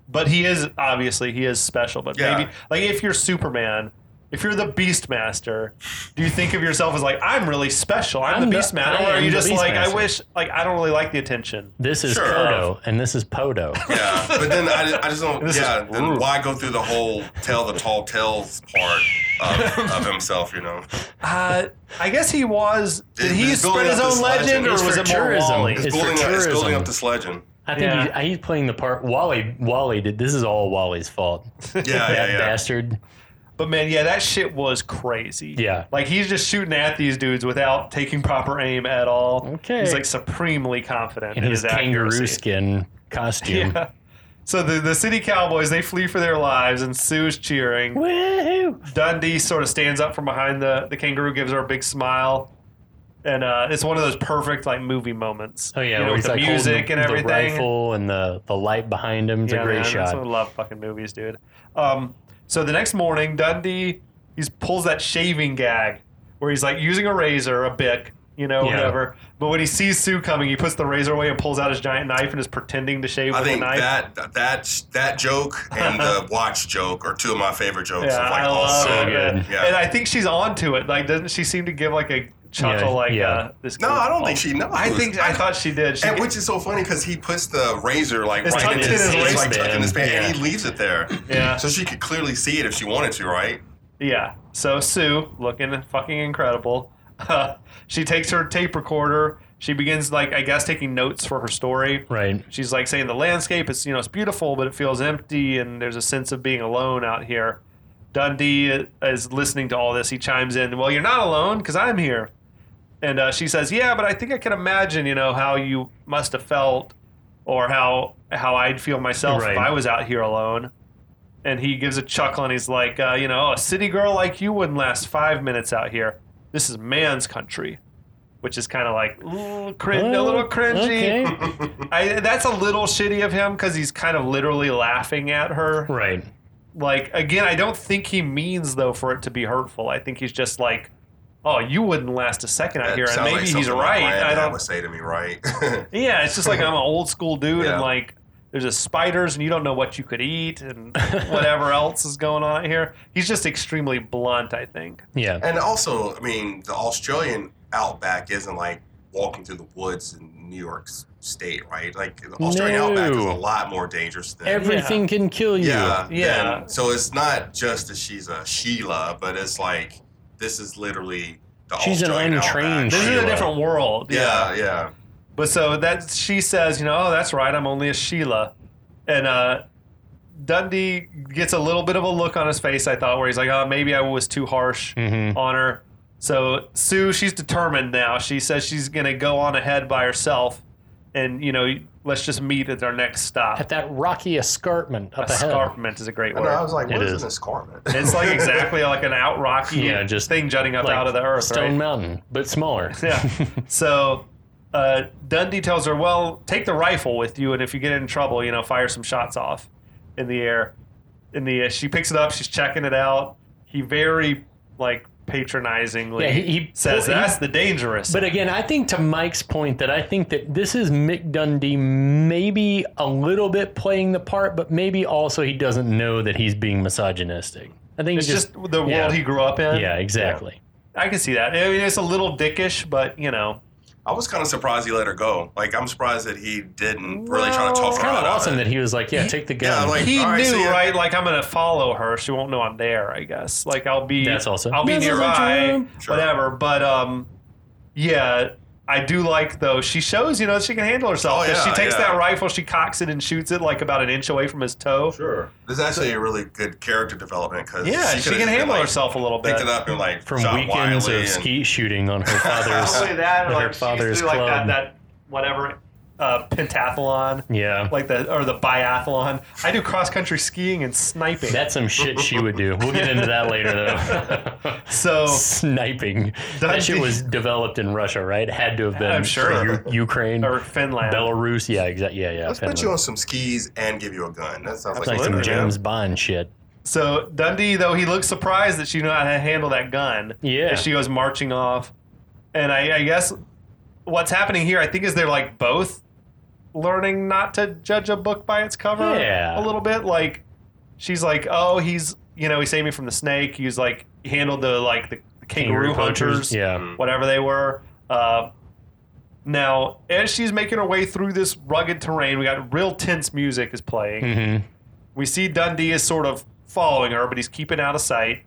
Speaker 2: but he is obviously he is special. But
Speaker 3: Yeah.
Speaker 2: maybe like if you're Superman, if you're the Beastmaster, do you think of yourself as like I'm really special? I'm,
Speaker 1: I'm
Speaker 2: the
Speaker 1: the-
Speaker 2: Beastmaster,
Speaker 1: I
Speaker 2: or are
Speaker 1: am
Speaker 2: you
Speaker 1: the
Speaker 2: just like I
Speaker 1: Beastmaster.
Speaker 2: wish like I don't really like the attention.
Speaker 1: this is
Speaker 3: Sure.
Speaker 1: Kodo, and this is Podo.
Speaker 3: Yeah, but then I, I just don't.
Speaker 2: This is
Speaker 3: yeah, then
Speaker 2: rude.
Speaker 3: why go through the whole tell the tall tales part of, of himself? You know,
Speaker 2: Uh, I guess he was. Did
Speaker 3: It-
Speaker 2: he
Speaker 3: it's
Speaker 2: spread
Speaker 3: building
Speaker 2: his
Speaker 3: up
Speaker 2: own
Speaker 3: this
Speaker 2: legend,
Speaker 3: legend.
Speaker 2: or
Speaker 3: It's
Speaker 2: was
Speaker 1: for
Speaker 2: it more
Speaker 1: tourism.
Speaker 2: Wally?
Speaker 3: it's,
Speaker 1: It's for
Speaker 3: building up, it's building
Speaker 1: tourism.
Speaker 3: up this legend.
Speaker 1: I think
Speaker 2: Yeah.
Speaker 1: he's, he's playing the part. Wally, Wally did. This is all Wally's fault.
Speaker 3: Yeah, yeah,
Speaker 1: that
Speaker 3: yeah.
Speaker 1: bastard.
Speaker 2: But man, yeah, that shit was crazy.
Speaker 1: Yeah.
Speaker 2: Like he's just shooting at these dudes without taking proper aim at all.
Speaker 1: Okay.
Speaker 2: He's like supremely confident
Speaker 1: In
Speaker 2: in
Speaker 1: his
Speaker 2: his
Speaker 1: kangaroo
Speaker 2: accuracy.
Speaker 1: skin costume.
Speaker 2: Yeah. So the, the city cowboys, they flee for their lives and Sue's cheering.
Speaker 1: Woohoo!
Speaker 2: Dundee sort of stands up from behind the, the kangaroo, gives her a big smile. And uh, it's one of those perfect like movie moments.
Speaker 1: Oh yeah,
Speaker 2: You know,
Speaker 1: where
Speaker 2: with
Speaker 1: he's
Speaker 2: the
Speaker 1: like holding
Speaker 2: music
Speaker 1: the,
Speaker 2: and everything.
Speaker 1: the rifle and the, the light behind him. It's a great
Speaker 2: man, That's what
Speaker 1: shot.
Speaker 2: I love fucking movies, dude. Um, so the next morning, Dundee he's pulls that shaving gag where he's like using a razor, a bic. you know,
Speaker 1: Yeah.
Speaker 2: whatever. But when he sees Sue coming, he puts the razor away and pulls out his giant knife and is pretending to shave
Speaker 3: I
Speaker 2: with a
Speaker 3: think
Speaker 2: knife.
Speaker 3: that that that joke and the watch joke are two of my favorite jokes
Speaker 2: yeah,
Speaker 3: of like
Speaker 2: I
Speaker 3: all
Speaker 2: love
Speaker 1: so
Speaker 2: it.
Speaker 3: summer.
Speaker 1: good.
Speaker 2: man.
Speaker 3: Yeah.
Speaker 2: And I think she's on to it. Like, doesn't she seem to give like a chuckle?
Speaker 1: Yeah,
Speaker 2: like,
Speaker 1: yeah.
Speaker 2: Uh, this.
Speaker 3: No,
Speaker 2: goes
Speaker 3: I don't
Speaker 2: off.
Speaker 3: think she knows.
Speaker 2: I think I thought she did. She,
Speaker 3: And which is so funny because he puts the razor like
Speaker 2: It's
Speaker 3: right
Speaker 2: tucked
Speaker 3: into
Speaker 2: in
Speaker 3: his,
Speaker 2: his
Speaker 3: it's, like tucked in
Speaker 1: waistband.
Speaker 3: his pants, and
Speaker 1: Yeah.
Speaker 3: he leaves it there.
Speaker 2: yeah,
Speaker 3: So she could clearly see it if she wanted to, right?
Speaker 2: Yeah. So Sue, looking fucking incredible, she takes her tape recorder. She begins like I guess taking notes for her story.
Speaker 1: Right.
Speaker 2: She's like saying the landscape is you know it's beautiful, but it feels empty, and there's a sense of being alone out here. Dundee is listening to all this. He chimes in, "Well, you're not alone because I'm here." And uh, she says, "Yeah, but I think I can imagine, you know, how you must have felt, or how how I'd feel myself if
Speaker 1: Right.
Speaker 2: I was out here alone." And he gives a chuckle and he's like, uh, "You know, a city girl like you wouldn't last five minutes out here. This is man's country," which is kind of like ooh, cringe, a little cringy.
Speaker 1: Oh, Okay.
Speaker 2: I, that's a little shitty of him because he's kind of literally laughing at her.
Speaker 1: Right.
Speaker 2: Like again, I don't think he means though for it to be hurtful. I think he's just like, "Oh, you wouldn't last a second out
Speaker 3: That
Speaker 2: here," and
Speaker 3: sounds
Speaker 2: maybe he's
Speaker 3: something my
Speaker 2: right. I
Speaker 3: granddad
Speaker 2: don't.
Speaker 3: would say to me, right?
Speaker 2: Yeah, it's just like I'm an old school dude,
Speaker 3: Yeah.
Speaker 2: and like there's just spiders, and you don't know what you could eat, and whatever else is going on out here. He's just extremely blunt, I think.
Speaker 1: Yeah.
Speaker 3: and also, I mean, the Australian outback isn't like walking through the woods in New York S- State, right? Like the Australian
Speaker 1: No.
Speaker 3: outback is a lot more dangerous than
Speaker 1: Everything can kill you.
Speaker 3: yeah,
Speaker 2: Yeah.
Speaker 3: than- so it's not just that she's a Sheila, but it's like this is literally the
Speaker 1: She's an
Speaker 3: Australian
Speaker 1: untrained
Speaker 3: outback.
Speaker 2: This is a
Speaker 1: Sheila.
Speaker 2: different world.
Speaker 3: Yeah, yeah.
Speaker 2: But so that she says, you know, oh, that's right, I'm only a Sheila. And uh, Dundee gets a little bit of a look on his face, I thought, where he's like, oh, maybe I was too harsh
Speaker 1: Mhm.
Speaker 2: on her. So Sue, she's determined now. She says she's going to go on ahead by herself. And, you know, let's just meet at our next
Speaker 1: At
Speaker 2: stop.
Speaker 1: that rocky escarpment up ahead.
Speaker 2: Escarpment is a great
Speaker 3: I know, I
Speaker 2: word.
Speaker 3: was like, what
Speaker 1: It
Speaker 3: is,
Speaker 1: is.
Speaker 3: an escarpment?
Speaker 2: It's like exactly like an out rocky
Speaker 1: Yeah, just
Speaker 2: thing jutting up
Speaker 1: Like
Speaker 2: out of the earth.
Speaker 1: Stone
Speaker 2: right?
Speaker 1: Mountain, but smaller.
Speaker 2: Yeah. so uh, Dundee tells her, "Well, take the rifle with you, and if you get in trouble, you know, fire some shots off in the air." In the air. she picks it up. She's checking it out. He very like patronizingly
Speaker 1: Yeah, he- he-
Speaker 2: says,
Speaker 1: well, he-
Speaker 2: "That's the dangerous."
Speaker 1: But again, I think to Mike's point that I think that this is Mick Dundee maybe a little bit playing the part, but maybe also he doesn't know that he's being misogynistic. I think
Speaker 2: it's
Speaker 1: he just,
Speaker 2: just, uh, the
Speaker 1: yeah.
Speaker 2: world he grew up in.
Speaker 1: yeah, exactly.
Speaker 2: I can see that. I mean, it's a little dickish, but you know,
Speaker 3: I was kind of surprised he let her go. Like, I'm surprised that he didn't really try to
Speaker 2: Well,
Speaker 3: talk
Speaker 2: it's
Speaker 3: her
Speaker 1: Kind
Speaker 3: out
Speaker 1: of awesome
Speaker 3: of
Speaker 1: that
Speaker 3: it.
Speaker 1: he was like, yeah, take the
Speaker 3: Yeah,
Speaker 1: gun.
Speaker 3: like
Speaker 2: he
Speaker 3: all right,
Speaker 2: knew
Speaker 3: see ya.
Speaker 2: right. Like I'm gonna follow her. She won't know I'm there. I guess. Like I'll be.
Speaker 1: That's also-
Speaker 2: I'll be
Speaker 1: This is a
Speaker 2: nearby.
Speaker 1: dream.
Speaker 3: Sure.
Speaker 2: Whatever. But um, yeah. I do like though. She shows you know she can handle herself.
Speaker 3: Oh,
Speaker 2: 'cause she
Speaker 3: yeah,
Speaker 2: takes
Speaker 3: yeah.
Speaker 2: that rifle, she cocks it and shoots it like about an inch away from his toe.
Speaker 3: Sure. This is actually a really good character development because
Speaker 2: Yeah, she, can handle herself a little bit.
Speaker 3: Picked it up and like
Speaker 1: from
Speaker 3: shot
Speaker 1: weekends
Speaker 3: wildly
Speaker 1: of
Speaker 3: and,
Speaker 1: skeet shooting on her
Speaker 2: Not
Speaker 1: father's.
Speaker 2: only that,
Speaker 1: with
Speaker 2: like
Speaker 1: her
Speaker 2: she
Speaker 1: father's
Speaker 2: used to do, like that,
Speaker 1: club.
Speaker 2: that whatever uh, pentathlon,
Speaker 1: yeah.
Speaker 2: like the or the biathlon. I do cross country skiing and sniping.
Speaker 1: That's some shit she would do. We'll get into that later, though.
Speaker 2: so
Speaker 1: Sniping. That shit
Speaker 2: Dundee-
Speaker 1: was developed in Russia, right? It had to have been.
Speaker 2: I'm sure.
Speaker 1: U- Ukraine,
Speaker 2: or Finland.
Speaker 1: Belarus. Yeah, exactly. Yeah, yeah.
Speaker 3: Let's
Speaker 1: Finland.
Speaker 3: put you on some skis and give you a gun. That sounds
Speaker 1: It's
Speaker 3: like,
Speaker 1: like
Speaker 3: a
Speaker 1: some
Speaker 3: good idea.
Speaker 1: James Bond shit.
Speaker 2: So Dundee, though, he looks surprised that she knew how to handle that gun.
Speaker 1: Yeah.
Speaker 2: As she goes marching off. And I, I guess what's happening here, I think, is they're like both learning not to judge a book by its cover
Speaker 1: Yeah.
Speaker 2: a little bit. Like, she's like, oh, he's, you know, he saved me from the snake. He's like, he handled the, like, the kangaroo, hunters
Speaker 1: Yeah.
Speaker 2: whatever they were. Uh, now, as she's making her way through this rugged terrain, we got real tense music is playing.
Speaker 1: Mm-hmm.
Speaker 2: We see Dundee is sort of following her, but he's keeping out of sight.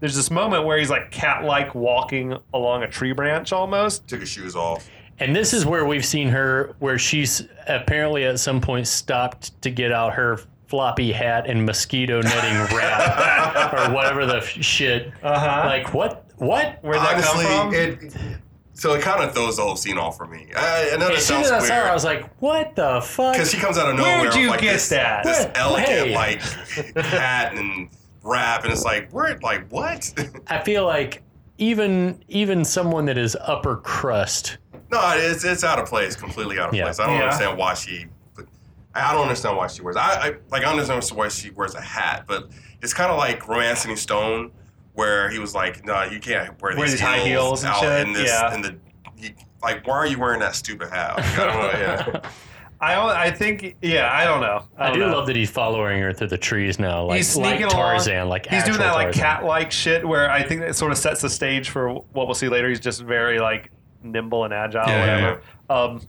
Speaker 2: There's this moment where he's like cat like walking along a tree branch almost.
Speaker 3: Took his shoes off.
Speaker 1: And this is where we've seen her, where she's apparently at some point stopped to get out her floppy hat and mosquito netting wrap or whatever the f- shit.
Speaker 2: Uh huh.
Speaker 1: Like what? What?
Speaker 2: Where'd that
Speaker 3: Honestly,
Speaker 2: come from?
Speaker 3: it. So it kind of throws the whole scene off for me. I, I know that
Speaker 1: As soon as
Speaker 3: sounds
Speaker 1: I saw her, I
Speaker 3: weird
Speaker 1: was like, "What the fuck?"
Speaker 3: because she comes out of nowhere.
Speaker 2: Where'd
Speaker 3: with,
Speaker 2: you
Speaker 3: like,
Speaker 2: get
Speaker 3: this,
Speaker 2: that?
Speaker 3: This
Speaker 1: Where-
Speaker 3: elegant
Speaker 1: hey.
Speaker 3: like hat and wrap, and it's like, where? Like what?
Speaker 1: I feel like even even someone that is upper crust.
Speaker 3: No, it's it's out of place, completely out of
Speaker 1: Yeah.
Speaker 3: place. I don't
Speaker 2: Yeah.
Speaker 3: understand why she. I don't understand why she wears. I, I like I understand why she wears a hat, but it's kind of like Romancing Stone, where he was like, "No, you can't wear
Speaker 2: Wear
Speaker 3: these,
Speaker 2: these high heels and
Speaker 3: out
Speaker 2: shit,
Speaker 3: in this
Speaker 2: yeah.
Speaker 3: in the you, like, why are you wearing that stupid hat? Like, I don't know, yeah.
Speaker 2: I don't- I think yeah. I don't know.
Speaker 1: I,
Speaker 2: don't
Speaker 1: do
Speaker 2: know.
Speaker 1: love that he's following her through the trees now, like,
Speaker 2: Oh, He's
Speaker 1: like
Speaker 2: sneaking along.
Speaker 1: Tarzan, like
Speaker 2: He's doing
Speaker 1: actual
Speaker 2: that like
Speaker 1: Tarzan.
Speaker 2: cat like shit where I think that sort of sets the stage for what we'll see later. He's just very like nimble and agile,
Speaker 3: Yeah, yeah,
Speaker 2: whatever. Um,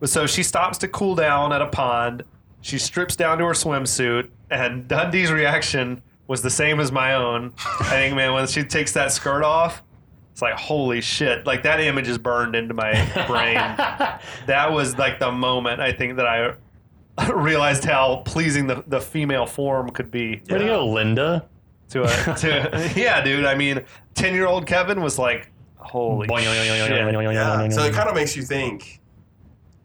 Speaker 2: but so she stops to cool down at a pond. She strips down to her swimsuit, and Dundee's reaction was the same as my own. I think, man, when she takes that skirt off, it's like holy shit! Like that image is burned into my brain. that was like the moment I think that I realized how pleasing the, the female form could be
Speaker 1: Way to go, Linda.
Speaker 2: to a to yeah, dude. I mean, ten year old Kevin was like, holy
Speaker 1: Boing, boing, boing, boing,
Speaker 2: shit.
Speaker 1: boing, boing,
Speaker 3: Oh, yeah.
Speaker 1: boing,
Speaker 3: So it
Speaker 1: boing.
Speaker 3: kind of makes you think,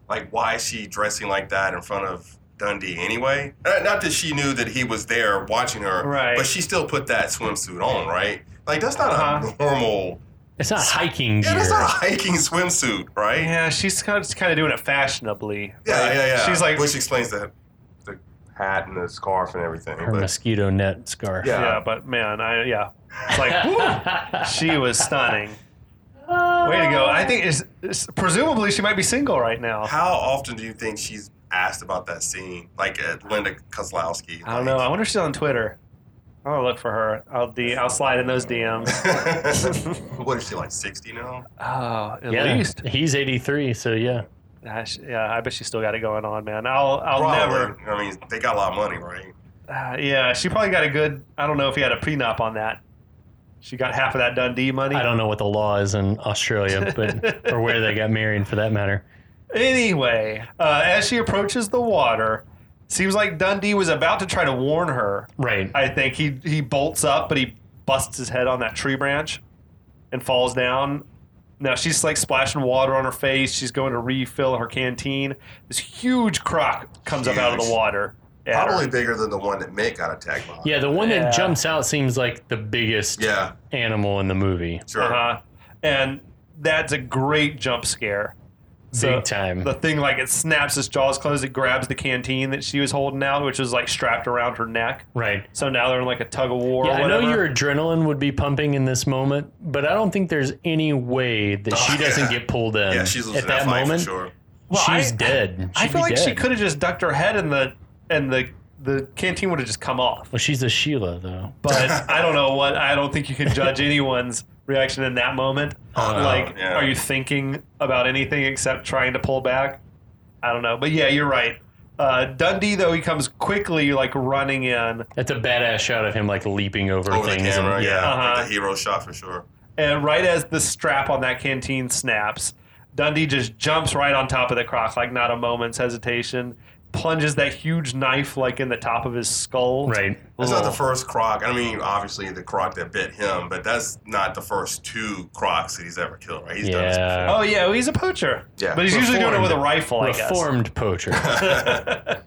Speaker 3: like, why is she dressing like that in front of Dundee anyway? Uh, Not that she knew that he was there watching her,
Speaker 2: Right.
Speaker 3: but she still put that swimsuit on, right? Like, that's not
Speaker 2: Uh-huh.
Speaker 3: a normal.
Speaker 1: it's not hiking gear.
Speaker 3: Yeah, that's not a hiking swimsuit, right?
Speaker 2: Yeah, she's kind of, kind of doing it fashionably.
Speaker 3: Yeah,
Speaker 2: right?
Speaker 3: yeah, yeah.
Speaker 2: She's like,
Speaker 3: which explains the the hat and the scarf and everything.
Speaker 1: her
Speaker 3: but
Speaker 1: mosquito net scarf.
Speaker 3: Yeah.
Speaker 2: yeah, but man, I yeah, it's like woo, she was stunning. Way to go! I think is presumably she might be single right now.
Speaker 3: how often do you think she's asked about that scene? Like uh, Linda Kozlowski.
Speaker 2: I don't know. I wonder if she's on Twitter. I'll look for her. I'll D. I'll slide in those DMs.
Speaker 3: know. what is she like sixty now?
Speaker 2: Oh, at
Speaker 1: Yeah,
Speaker 2: least.
Speaker 1: he's 83, so yeah.
Speaker 2: Ah, sh- Yeah, I bet she's still got it going on, man. I'll. I'll
Speaker 3: Probably.
Speaker 2: never.
Speaker 3: I mean, they got a lot of money, right?
Speaker 2: Uh, yeah, she probably got a good. I don't know if he had a prenup on that. She got half of that Dundee money.
Speaker 1: I don't know what the law is in Australia, but or where they got married for that matter.
Speaker 2: Anyway, uh, as she approaches the water, seems like Dundee was about to try to warn her.
Speaker 1: Right.
Speaker 2: I think he he bolts up, but he busts his head on that tree branch and falls down. Now she's like splashing water on her face. She's going to refill her canteen. This huge croc comes up out of the
Speaker 3: Huge.
Speaker 2: water. at her.
Speaker 3: Probably bigger than the one that Mick got attacked by.
Speaker 1: yeah, the one
Speaker 2: Yeah.
Speaker 1: that jumps out seems like the biggest
Speaker 3: Yeah.
Speaker 1: animal in the movie.
Speaker 3: Sure.
Speaker 2: Uh-huh. And that's a great jump scare.
Speaker 1: Big time.
Speaker 2: The thing like it snaps its jaws closed, it grabs the canteen that she was holding out, which was like strapped around her neck.
Speaker 1: Right.
Speaker 2: So now they're in like a tug of war
Speaker 1: Yeah,
Speaker 2: or
Speaker 1: I
Speaker 2: whatever.
Speaker 1: know your adrenaline would be pumping in this moment, but I don't think there's any way that she
Speaker 3: yeah.
Speaker 1: doesn't get pulled in.
Speaker 3: Yeah, she's losing
Speaker 1: at that,
Speaker 3: fight
Speaker 1: moment.
Speaker 3: for sure.
Speaker 2: Well, I-
Speaker 1: she's dead.
Speaker 2: I
Speaker 1: She'd
Speaker 2: feel
Speaker 1: be
Speaker 2: like she
Speaker 1: dead.
Speaker 2: could have just ducked her head in the and the the canteen would have just come off.
Speaker 1: Well, she's a Sheila though.
Speaker 2: But I don't know what I don't think you can judge anyone's reaction in that moment.
Speaker 3: Oh, no,
Speaker 2: like
Speaker 3: yeah.
Speaker 2: are you thinking about anything except trying to pull back? I don't know. But yeah, you're right. Uh, Dundee though he comes quickly like running in
Speaker 1: That's a badass shot of him like leaping over,
Speaker 3: Over the
Speaker 1: things. and-
Speaker 3: camera, yeah.
Speaker 2: Uh-huh.
Speaker 3: Like the hero shot for sure.
Speaker 2: and right as the strap on that canteen snaps, Dundee just jumps right on top of the croc like not a moment's hesitation, plunges that huge knife like in the top of his skull.
Speaker 1: Right.
Speaker 3: That's not the
Speaker 2: Ugh.
Speaker 3: first croc. I mean, obviously the croc that bit him, but that's not the first two crocs that he's ever killed, right? He's done this before.
Speaker 1: Yeah.
Speaker 2: Oh yeah, well, he's a poacher.
Speaker 3: Yeah.
Speaker 2: but he's usually doing it with a
Speaker 3: Reformed.
Speaker 2: rifle. Oh, I
Speaker 1: Reformed poacher.
Speaker 2: guess.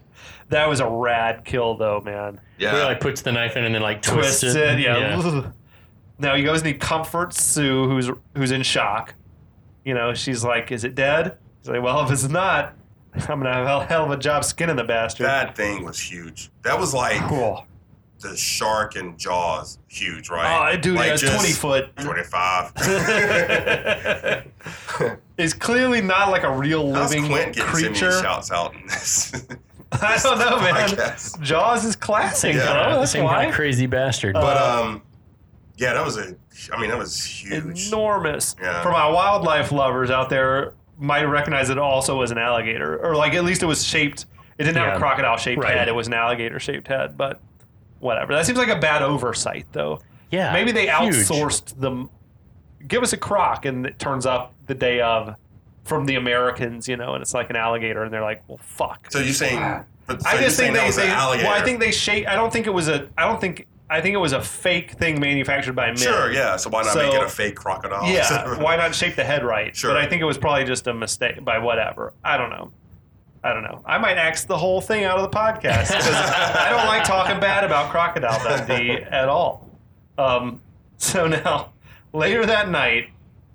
Speaker 2: that was a rad kill though, man.
Speaker 1: He
Speaker 3: Yeah.
Speaker 1: like puts the knife in and then like twists,
Speaker 2: twists it. Yeah. Oh, Now he goes and he comforts Sue, who's who's in shock. You know, she's like, "Is it dead?" He's like, "Well, if it's not, I'm gonna have a hell of a job skinning the bastard."
Speaker 3: That thing was huge. That was like
Speaker 2: cool.
Speaker 3: the shark and Jaws huge, right?
Speaker 2: Oh, dude,
Speaker 3: like
Speaker 2: it was
Speaker 3: just
Speaker 2: 20 foot.
Speaker 3: 25.
Speaker 2: it's clearly not like a real
Speaker 3: How's
Speaker 2: living
Speaker 3: Quint getting so many
Speaker 2: creature.
Speaker 3: shouts out in this?
Speaker 2: I don't know, man.
Speaker 3: podcast?
Speaker 2: Jaws is classic,
Speaker 1: Same,
Speaker 3: Yeah.
Speaker 1: kind,
Speaker 2: bro.
Speaker 1: of,
Speaker 2: That's
Speaker 1: same kind
Speaker 2: why. Uh,
Speaker 1: of crazy bastard.
Speaker 3: But um, yeah, that was a. I mean, that was huge.
Speaker 2: enormous.
Speaker 3: Yeah.
Speaker 2: For my wildlife lovers out there, might recognize it also as an alligator, or like at least it was shaped. It didn't have
Speaker 1: Yeah.
Speaker 2: a crocodile shaped
Speaker 1: Right.
Speaker 2: head; it was an alligator shaped head. But whatever. That seems like a bad oversight, though.
Speaker 1: yeah.
Speaker 2: Maybe they
Speaker 1: huge.
Speaker 2: outsourced them. Give us a croc, and it turns up the day of from the Americans, you know, and it's like an alligator, and they're like, "Well, fuck."
Speaker 3: so you're saying? But, so
Speaker 2: Ah. I
Speaker 3: you're
Speaker 2: just
Speaker 3: saying
Speaker 2: think
Speaker 3: that
Speaker 2: they,
Speaker 3: was
Speaker 2: they
Speaker 3: an alligator?
Speaker 2: well, I think they shape. I don't think it was a. I don't think. I think it was a fake thing manufactured by men.
Speaker 3: Sure, yeah. So why not make
Speaker 2: So-
Speaker 3: it a fake crocodile?
Speaker 2: Yeah, why not shape the head right?
Speaker 3: Sure.
Speaker 2: But I think it was probably just a mistake by whatever. I don't know. I don't know. I might axe the whole thing out of the podcast 'cause I don't like talking bad about Crocodile Dundee at all. Um, so now, later that night,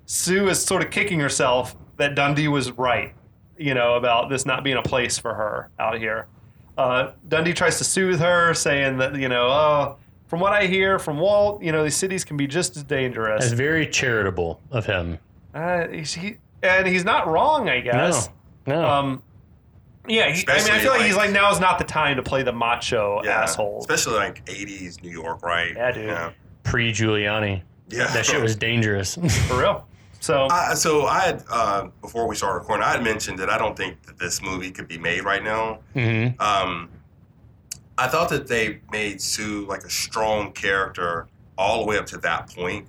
Speaker 2: Sue is sort of kicking herself that Dundee was right, you know, about this not being a place for her out here. Uh, Dundee tries to soothe her, saying that, you know, oh, from what I hear from Walt, you know, these cities can be just as dangerous.
Speaker 1: That's very charitable of him.
Speaker 2: Uh, he's- he, and he's not wrong, I
Speaker 1: No,
Speaker 2: guess.
Speaker 1: no.
Speaker 2: Um, yeah, he, I mean, I
Speaker 3: Especially,
Speaker 2: feel like, he's
Speaker 3: like-
Speaker 2: like now is not the time to play the macho
Speaker 3: Yeah,
Speaker 2: asshole.
Speaker 3: especially like '80s New York, right?
Speaker 2: Yeah, dude.
Speaker 3: Yeah,
Speaker 1: Pre Giuliani,
Speaker 3: yeah.
Speaker 1: that shit was dangerous.
Speaker 2: for real. So
Speaker 3: I, so I had uh, before we started recording, I had mentioned that I don't think that this movie could be made right now.
Speaker 1: hmm
Speaker 3: Um, I thought that they made Sue like a strong character all the way up to that point,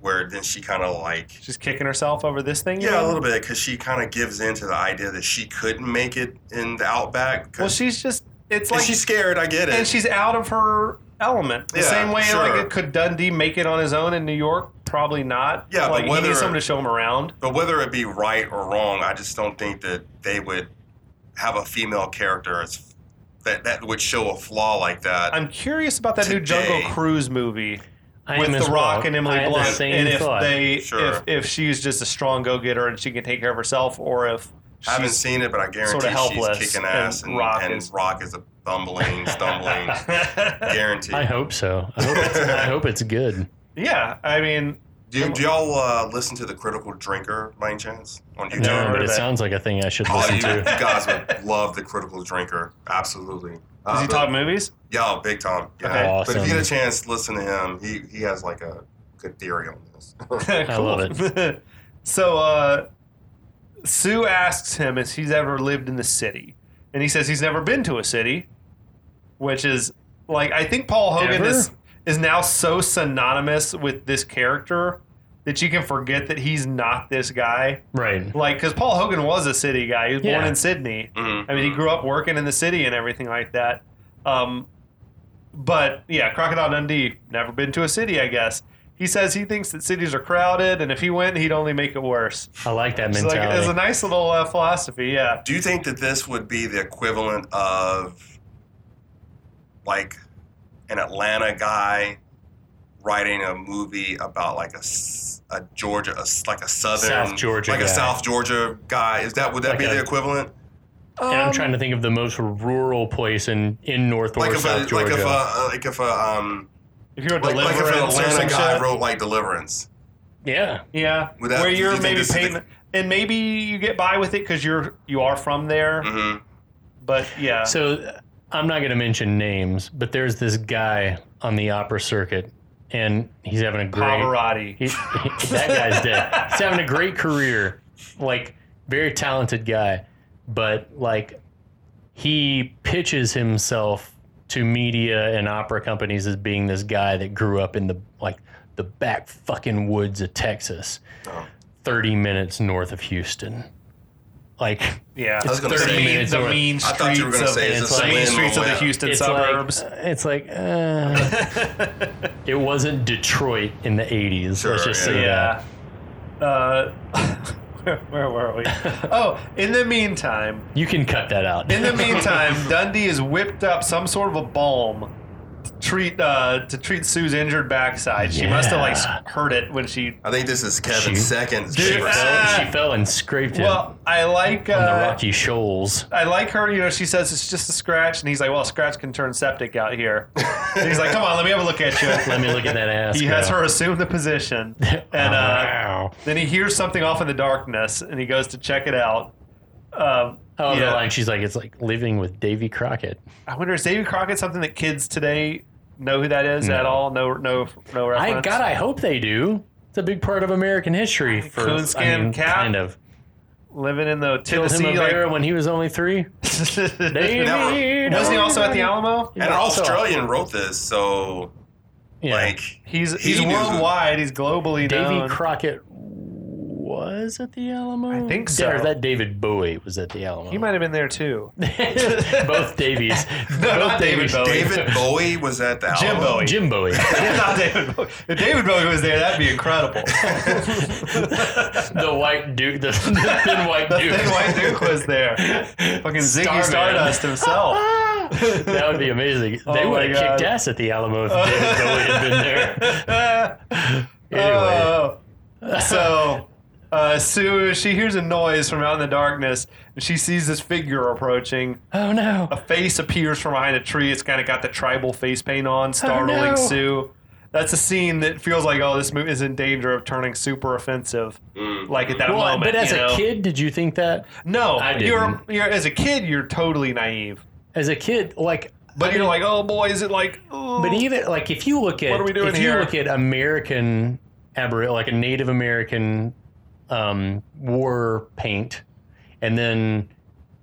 Speaker 3: where then she kind of like
Speaker 2: she's kicking herself over this thing. you
Speaker 3: yeah,
Speaker 2: know?
Speaker 3: a little bit because she kind of gives in to the idea that she couldn't make it in the outback. 'cause-
Speaker 2: Well, she's just it's
Speaker 3: and
Speaker 2: like
Speaker 3: she's scared. I get it.
Speaker 2: and she's out of her element. The
Speaker 3: Yeah,
Speaker 2: same way
Speaker 3: sure.
Speaker 2: like could Dundee make it on his own in New York? Probably not.
Speaker 3: Yeah, but
Speaker 2: like he
Speaker 3: whether-
Speaker 2: needs someone to show him around.
Speaker 3: But whether it be right or wrong, I just don't think that they would have a female character as, that that would show a flaw like that.
Speaker 2: I'm curious about that new
Speaker 3: Today.
Speaker 2: Jungle Cruise movie
Speaker 1: I
Speaker 2: with
Speaker 1: am as
Speaker 2: The Rock
Speaker 1: well.
Speaker 2: and Emily
Speaker 1: I had
Speaker 2: Blunt,
Speaker 1: The same
Speaker 2: and if
Speaker 1: thought.
Speaker 2: they
Speaker 3: Sure.
Speaker 2: if if she's just a strong go getter and she can take care of herself, or if
Speaker 3: I haven't
Speaker 2: she's-
Speaker 3: seen it, but I guarantee
Speaker 2: helpless
Speaker 3: she's kicking
Speaker 2: and
Speaker 3: ass, and, and,
Speaker 2: Rock
Speaker 3: rock,
Speaker 2: is-
Speaker 3: is, a bumbling, stumbling, guarantee.
Speaker 1: I hope so. I hope it's, I hope it's good.
Speaker 2: yeah, I mean,
Speaker 3: Do, do y'all uh, listen to the Critical Drinker by any chance on YouTube?
Speaker 2: never
Speaker 1: No,
Speaker 2: heard
Speaker 1: but
Speaker 2: of
Speaker 1: it
Speaker 2: that.
Speaker 1: sounds like a thing I should
Speaker 3: Oh,
Speaker 1: listen
Speaker 3: you,
Speaker 1: to.
Speaker 3: you guys would love the Critical Drinker. Absolutely. Uh,
Speaker 2: does he
Speaker 3: but-
Speaker 2: talk movies?
Speaker 3: Yeah, big time. Yeah.
Speaker 2: Okay.
Speaker 3: But if you get a
Speaker 1: Awesome.
Speaker 3: chance, listen to him. He he has like a good theory on this.
Speaker 2: I
Speaker 1: love
Speaker 2: it. so uh, Sue asks him if he's ever lived in the city, and he says he's never been to a city, which is like I think Paul Hogan
Speaker 1: Ever?
Speaker 2: is is now so synonymous with this character that you can forget that he's not this guy.
Speaker 1: Right.
Speaker 2: Like, because Paul Hogan was a city guy. He was born
Speaker 1: Yeah.
Speaker 2: in Sydney.
Speaker 1: Mm-hmm.
Speaker 3: Mhm.
Speaker 2: I mean, he grew up working in the city and everything like that. Um, but yeah, Crocodile Dundee never been to a city, I guess. He says he thinks that cities are crowded, and if he went, he'd only make it worse.
Speaker 1: I like that
Speaker 2: It's like it's a
Speaker 1: mentality.
Speaker 2: nice little uh, philosophy. Yeah,
Speaker 3: Do you think that this would be the equivalent of like an Atlanta guy writing a movie about like a, s- a Georgia, a s like a southern,
Speaker 1: South Georgia
Speaker 3: like a
Speaker 1: guy.
Speaker 3: South Georgia guy? Is that would that
Speaker 1: Like
Speaker 3: be the
Speaker 1: a-
Speaker 3: equivalent?
Speaker 1: and I'm trying to think of the most rural place in, in North or
Speaker 3: Like if,
Speaker 1: South
Speaker 3: a, like
Speaker 1: Georgia.
Speaker 3: if a like if a um
Speaker 2: if you were
Speaker 3: like, like if an
Speaker 2: deliverance or some
Speaker 3: Atlanta guy
Speaker 2: shit.
Speaker 3: wrote like Deliverance.
Speaker 1: yeah.
Speaker 2: yeah,
Speaker 3: Would that-
Speaker 2: where
Speaker 3: do you
Speaker 2: you're
Speaker 3: think
Speaker 2: maybe
Speaker 3: this is the-
Speaker 2: payment, and maybe you get by with it because you're you are from there.
Speaker 1: Mm-hmm.
Speaker 3: hmm
Speaker 2: But yeah,
Speaker 1: So uh, I'm not going to mention names, but there's this guy on the opera circuit, and he's having a great.
Speaker 2: Pavarotti.
Speaker 1: He, he- that guy's dead. He's having a great career, like very talented guy, but like he pitches himself to media and opera companies as being this guy that grew up in the like the back fucking woods of Texas,
Speaker 3: Oh.
Speaker 1: 30 minutes north of Houston. Like
Speaker 2: Yeah,
Speaker 3: I was gonna
Speaker 2: the
Speaker 3: say-
Speaker 2: mean, the
Speaker 1: Or-
Speaker 2: mean
Speaker 3: I
Speaker 2: streets
Speaker 3: thought you were gonna
Speaker 2: of,
Speaker 3: say
Speaker 1: it's
Speaker 3: it's
Speaker 1: like-
Speaker 3: a
Speaker 2: the mean
Speaker 3: Lin
Speaker 2: streets of the
Speaker 3: Manuel.
Speaker 2: Houston
Speaker 1: it's
Speaker 2: suburbs.
Speaker 1: like it's like uh, it wasn't Detroit in the 80s. let's
Speaker 3: Sure,
Speaker 1: just
Speaker 3: yeah.
Speaker 1: say that.
Speaker 2: yeah. Uh, where, where were we? Oh, in the meantime,
Speaker 1: You can cut that out.
Speaker 2: in the meantime, Dundee has whipped up some sort of a balm to treat uh, to treat Sue's injured backside. She must have like
Speaker 1: Yeah.
Speaker 2: hurt it when she.
Speaker 3: I think this is Kevin's
Speaker 1: Shoot.
Speaker 3: second.
Speaker 1: she,
Speaker 2: Dude,
Speaker 3: favorite.
Speaker 1: fell,
Speaker 2: ah!
Speaker 1: she fell and scraped him
Speaker 2: Well, I like uh,
Speaker 1: on the rocky shoals.
Speaker 2: I like her. You know, she says it's just a scratch, and he's like, "Well, a scratch can turn septic out here." And he's like, "Come on, let me have a look at you."
Speaker 1: Let me look at that ass.
Speaker 2: He
Speaker 1: go.
Speaker 2: has her assume the position, and uh,
Speaker 1: Wow.
Speaker 2: then he hears something off in the darkness, and he goes to check it out. Um,
Speaker 1: oh,
Speaker 2: yeah.
Speaker 1: the line. She's like, it's like living with Davy Crockett.
Speaker 2: I wonder is Davy Crockett something that kids today know who that is at
Speaker 1: No.
Speaker 2: all? No, no, no reference.
Speaker 1: I God, I hope they do. It's a big part of American history. For I
Speaker 2: Coonskin
Speaker 1: mean,
Speaker 2: Cap
Speaker 1: kind of
Speaker 2: living in the
Speaker 1: killed him
Speaker 2: Tennessee.
Speaker 1: a bear
Speaker 2: Like,
Speaker 1: when he was only three. Davy,
Speaker 3: Never.
Speaker 2: wasn't he also at the Alamo?
Speaker 3: and an Australian wrote this, so
Speaker 1: Yeah.
Speaker 3: like
Speaker 2: He's
Speaker 3: He
Speaker 2: he's
Speaker 3: knew who-
Speaker 2: worldwide. He's globally
Speaker 1: Davy
Speaker 2: known.
Speaker 1: Crockett was at the Alamo.
Speaker 2: I think
Speaker 1: Or
Speaker 2: so.
Speaker 1: that David Bowie was at the Alamo.
Speaker 2: he might have been there too.
Speaker 1: both Davies. both
Speaker 2: No, not David
Speaker 1: Davies.
Speaker 2: Bowie.
Speaker 3: David Bowie was at the
Speaker 2: Oh, Jim
Speaker 3: Alamo.
Speaker 2: Bowie.
Speaker 1: Jim Bowie.
Speaker 2: Not David Bowie. If David Bowie was there, that'd be incredible.
Speaker 1: the white dude, the, the thin white
Speaker 2: The
Speaker 1: dude.
Speaker 2: thin white Duke was there. Fucking Ziggy
Speaker 1: Starman.
Speaker 2: Stardust himself.
Speaker 1: That would be amazing.
Speaker 2: Oh
Speaker 1: they
Speaker 2: my
Speaker 1: would have
Speaker 2: God. Uh,
Speaker 1: kicked ass at the Alamo if David Bowie had been there. Anyway,
Speaker 2: Oh. so uh, Sue, she hears a noise from out in the darkness, and she sees this figure approaching.
Speaker 1: oh no.
Speaker 2: A face appears from behind a tree. It's kind of got the tribal face paint on, startling
Speaker 1: Oh, no.
Speaker 2: Sue. that's a scene that feels like oh this movie is in danger of turning super offensive
Speaker 1: Mm.
Speaker 2: like at that
Speaker 1: Well,
Speaker 2: moment
Speaker 1: but as
Speaker 2: you know?
Speaker 1: a kid, did you think that?
Speaker 2: no
Speaker 1: I
Speaker 2: you're, you're as a kid you're totally naive
Speaker 1: As a kid, like,
Speaker 2: but you're like oh boy is it like oh.
Speaker 1: but even like if you look at
Speaker 2: What are we doing
Speaker 1: if
Speaker 2: here?
Speaker 1: you look at American aboriginal, like a Native American um, war paint, and then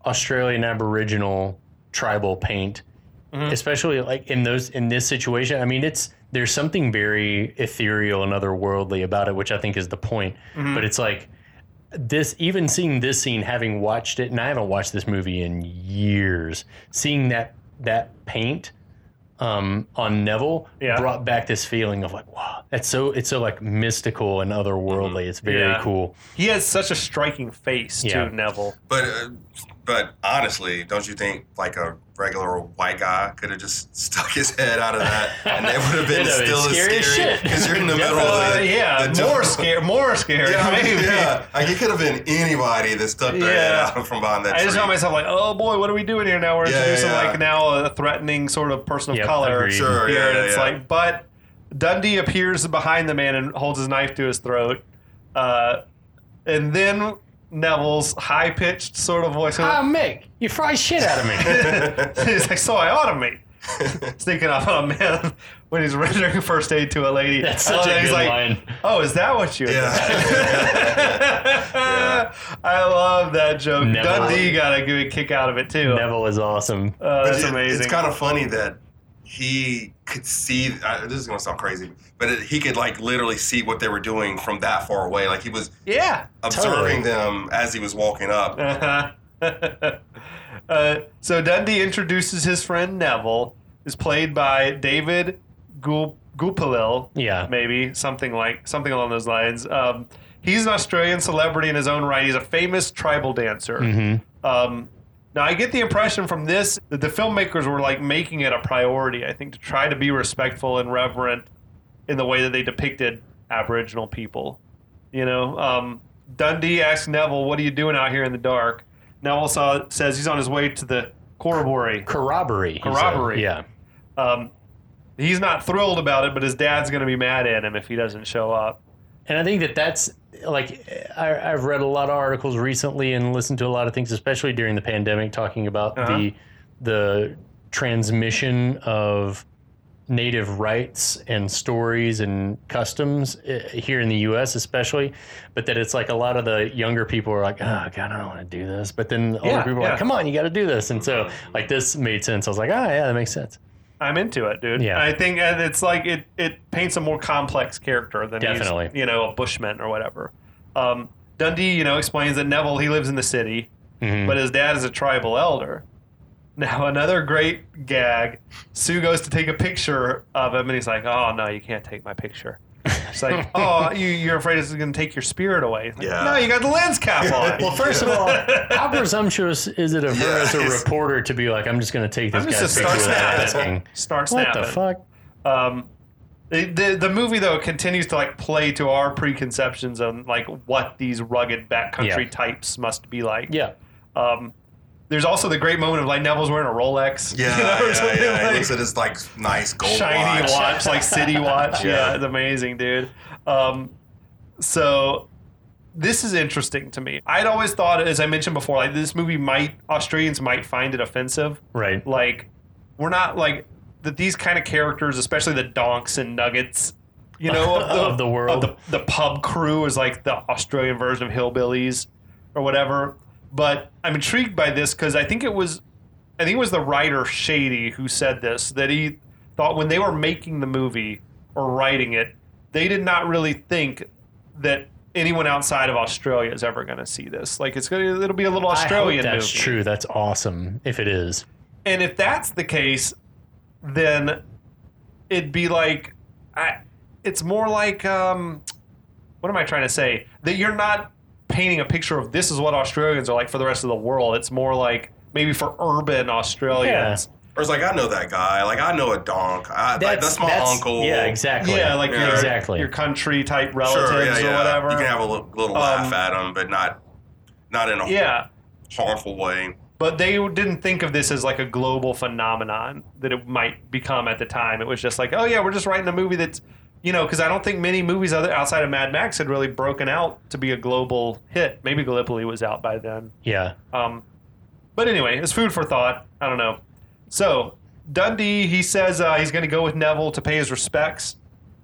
Speaker 1: Australian Aboriginal tribal paint,
Speaker 2: Mhm.
Speaker 1: especially like in those in this situation. I mean, it's there's something very ethereal and otherworldly about it, which I think is the point.
Speaker 2: Mm-hmm.
Speaker 1: But it's like this even seeing this scene having watched it and i haven't watched this movie in years seeing that that paint um, on neville
Speaker 2: Yeah.
Speaker 1: brought back this feeling of like wow that's so it's so like mystical and otherworldly it's very
Speaker 2: Mm-hmm. Yeah.
Speaker 1: cool
Speaker 2: he has such a striking face
Speaker 1: Yeah.
Speaker 2: too neville
Speaker 3: But uh, but honestly, don't you think like a regular white guy could have just stuck his head out of that and it would have been
Speaker 1: It'd have been
Speaker 3: still
Speaker 1: scary
Speaker 3: as
Speaker 1: as
Speaker 3: scary
Speaker 1: shit.
Speaker 3: because you're in the middle of
Speaker 2: Uh,
Speaker 3: the,
Speaker 2: yeah
Speaker 3: the
Speaker 2: more
Speaker 3: jungle.
Speaker 2: scary more scary
Speaker 3: Yeah, I mean,
Speaker 2: maybe.
Speaker 3: yeah. Like it could have been anybody that stuck their
Speaker 2: Yeah.
Speaker 3: head out from behind that
Speaker 2: I
Speaker 3: tree.
Speaker 2: just found myself like, oh boy, what are we doing here now? We're
Speaker 3: Yeah,
Speaker 2: introducing
Speaker 3: yeah.
Speaker 2: like now a threatening sort of person of
Speaker 1: Yep,
Speaker 2: color
Speaker 1: agreed.
Speaker 3: Sure,
Speaker 2: here,
Speaker 3: yeah,
Speaker 2: and
Speaker 3: yeah,
Speaker 2: it's
Speaker 3: yeah.
Speaker 2: like, but Dundee appears behind the man and holds his knife to his throat, uh, and then Neville's high pitched sort of voice.
Speaker 1: ah mick you fry shit out of me
Speaker 2: He's like, so I automate. Sneaking off on a "Oh, man when he's rendering first aid to a lady.
Speaker 1: that's
Speaker 2: I love
Speaker 1: such a
Speaker 2: that.
Speaker 1: good
Speaker 2: he's like,
Speaker 1: line
Speaker 2: Oh, is that what you?
Speaker 3: Yeah.
Speaker 2: I love that joke.
Speaker 1: Neville.
Speaker 2: Dundee got a good kick out of it too.
Speaker 1: neville is awesome
Speaker 2: Uh,
Speaker 3: But
Speaker 2: that's
Speaker 3: it-
Speaker 2: amazing.
Speaker 3: It's kind of funny that he could see. I, this is gonna sound crazy, but it, he could like literally see what they were doing from that far away. Like he was
Speaker 2: yeah.
Speaker 3: observing them as he was walking up.
Speaker 2: Uh-huh. uh, so Dundee introduces his friend Neville, is played by David Gu- Gupalil,
Speaker 1: yeah
Speaker 2: maybe something like something along those lines. Um, he's an Australian celebrity in his own right. He's a famous tribal dancer.
Speaker 1: Mhm.
Speaker 2: Um, now, I get the impression from this that the filmmakers were like making it a priority, I think, to try to be respectful and reverent in the way that they depicted Aboriginal people. You know, um, Dundee asks Neville, What are you doing out here in the dark? Neville saw, says he's on his way to the Corroboree.
Speaker 1: Mm-hmm. corroboree he said.
Speaker 2: Corroboree.
Speaker 1: yeah
Speaker 2: Um, he's not thrilled about it, but his dad's going to be mad at him if he doesn't show up.
Speaker 1: and I think that that's like I, I've read a lot of articles recently and listened to a lot of things, especially during the pandemic, talking about
Speaker 2: Uh-huh.
Speaker 1: the the transmission of native rights and stories and customs eh, here in the U.S. especially, but that it's like a lot of the younger people are like, oh God, I don't want to do this, but then the older
Speaker 2: Yeah,
Speaker 1: people are
Speaker 2: yeah. Mm-hmm.
Speaker 1: like, come on, you got to do this, and so like this made sense. I was like, ah, yeah, that makes sense.
Speaker 2: I'm into it, dude.
Speaker 1: Yeah.
Speaker 2: I think and it's like it it paints a more complex character than he's,
Speaker 1: Definitely.
Speaker 2: you know, a bushman or whatever. Um, Dundee, you know, explains that Neville he lives in the city,
Speaker 1: Mhm.
Speaker 2: but his dad is a tribal elder. Now another great gag. Sue goes to take a picture of him, and he's like, "Oh no, you can't take my picture." It's like, "Oh, you, you're afraid it's going to take your spirit away." It's like,
Speaker 3: Yeah.
Speaker 2: No, you got the lens cap on.
Speaker 1: Well, first of all, how presumptuous is it of her
Speaker 3: Yeah,
Speaker 1: as a
Speaker 3: it's-
Speaker 1: reporter to be like, I'm just going to take this
Speaker 2: I'm just a
Speaker 1: guy's
Speaker 2: star
Speaker 1: picture without
Speaker 2: snap.
Speaker 1: asking?
Speaker 2: Start
Speaker 1: What
Speaker 2: snapping.
Speaker 1: the fuck?
Speaker 2: Um, the, the the movie though continues to like play to our preconceptions on like what these rugged backcountry
Speaker 1: Yeah.
Speaker 2: types must be like.
Speaker 1: Yeah.
Speaker 2: Um, there's also the great moment of like Neville's wearing a Rolex.
Speaker 3: Yeah,
Speaker 2: you know, or
Speaker 3: yeah,
Speaker 2: something,
Speaker 3: yeah.
Speaker 2: like,
Speaker 3: he looks at his like nice gold
Speaker 2: shiny watch.
Speaker 3: watch.
Speaker 2: like city watch. yeah.
Speaker 3: Yeah.
Speaker 2: it's amazing, dude. Um, so this is interesting to me. I'd always thought, as I mentioned before, like this movie might Australians might find it offensive
Speaker 1: Right.
Speaker 2: like we're not like that these kind of characters especially the donks and nuggets you know of the,
Speaker 1: Of the world.
Speaker 2: of the, the pub crew is like the australian version of hillbillies or whatever but i'm intrigued by this because i think it was i think it was the writer shady who said this that he thought when they were making the movie or writing it they did not really think that anyone outside of australia is ever going to see this like it's gonna it'll be a little australian
Speaker 1: I hope that's
Speaker 2: movie
Speaker 1: true. That's awesome. If it is,
Speaker 2: and if that's the case, then it'd be like, I, it's more like, um, what am I trying to say? That you're not painting a picture of this is what Australians are like for the rest of the world. It's more like maybe for urban Australians.
Speaker 3: Or it's like I know that guy. Like I know a donk. I, like, that's my uncle.
Speaker 1: Yeah, exactly.
Speaker 2: Yeah, like
Speaker 3: Yeah.
Speaker 2: Your,
Speaker 1: Exactly.
Speaker 2: your country type relatives
Speaker 3: Sure, yeah,
Speaker 2: or
Speaker 3: yeah.
Speaker 2: whatever.
Speaker 3: You can have a little, little
Speaker 2: Um,
Speaker 3: laugh at him, but not not in a
Speaker 2: yeah.
Speaker 3: harmful way.
Speaker 2: But they didn't think of this as like a global phenomenon that it might become at the time. It was just like, oh yeah, we're just writing a movie that's, you know, because I don't think many movies other outside of Mad Max had really broken out to be a global hit. Maybe Gallipoli was out by then.
Speaker 1: Yeah.
Speaker 2: Um, but anyway, it's food for thought. I don't know. So Dundee, he says uh, he's going to go with Neville to pay his respects.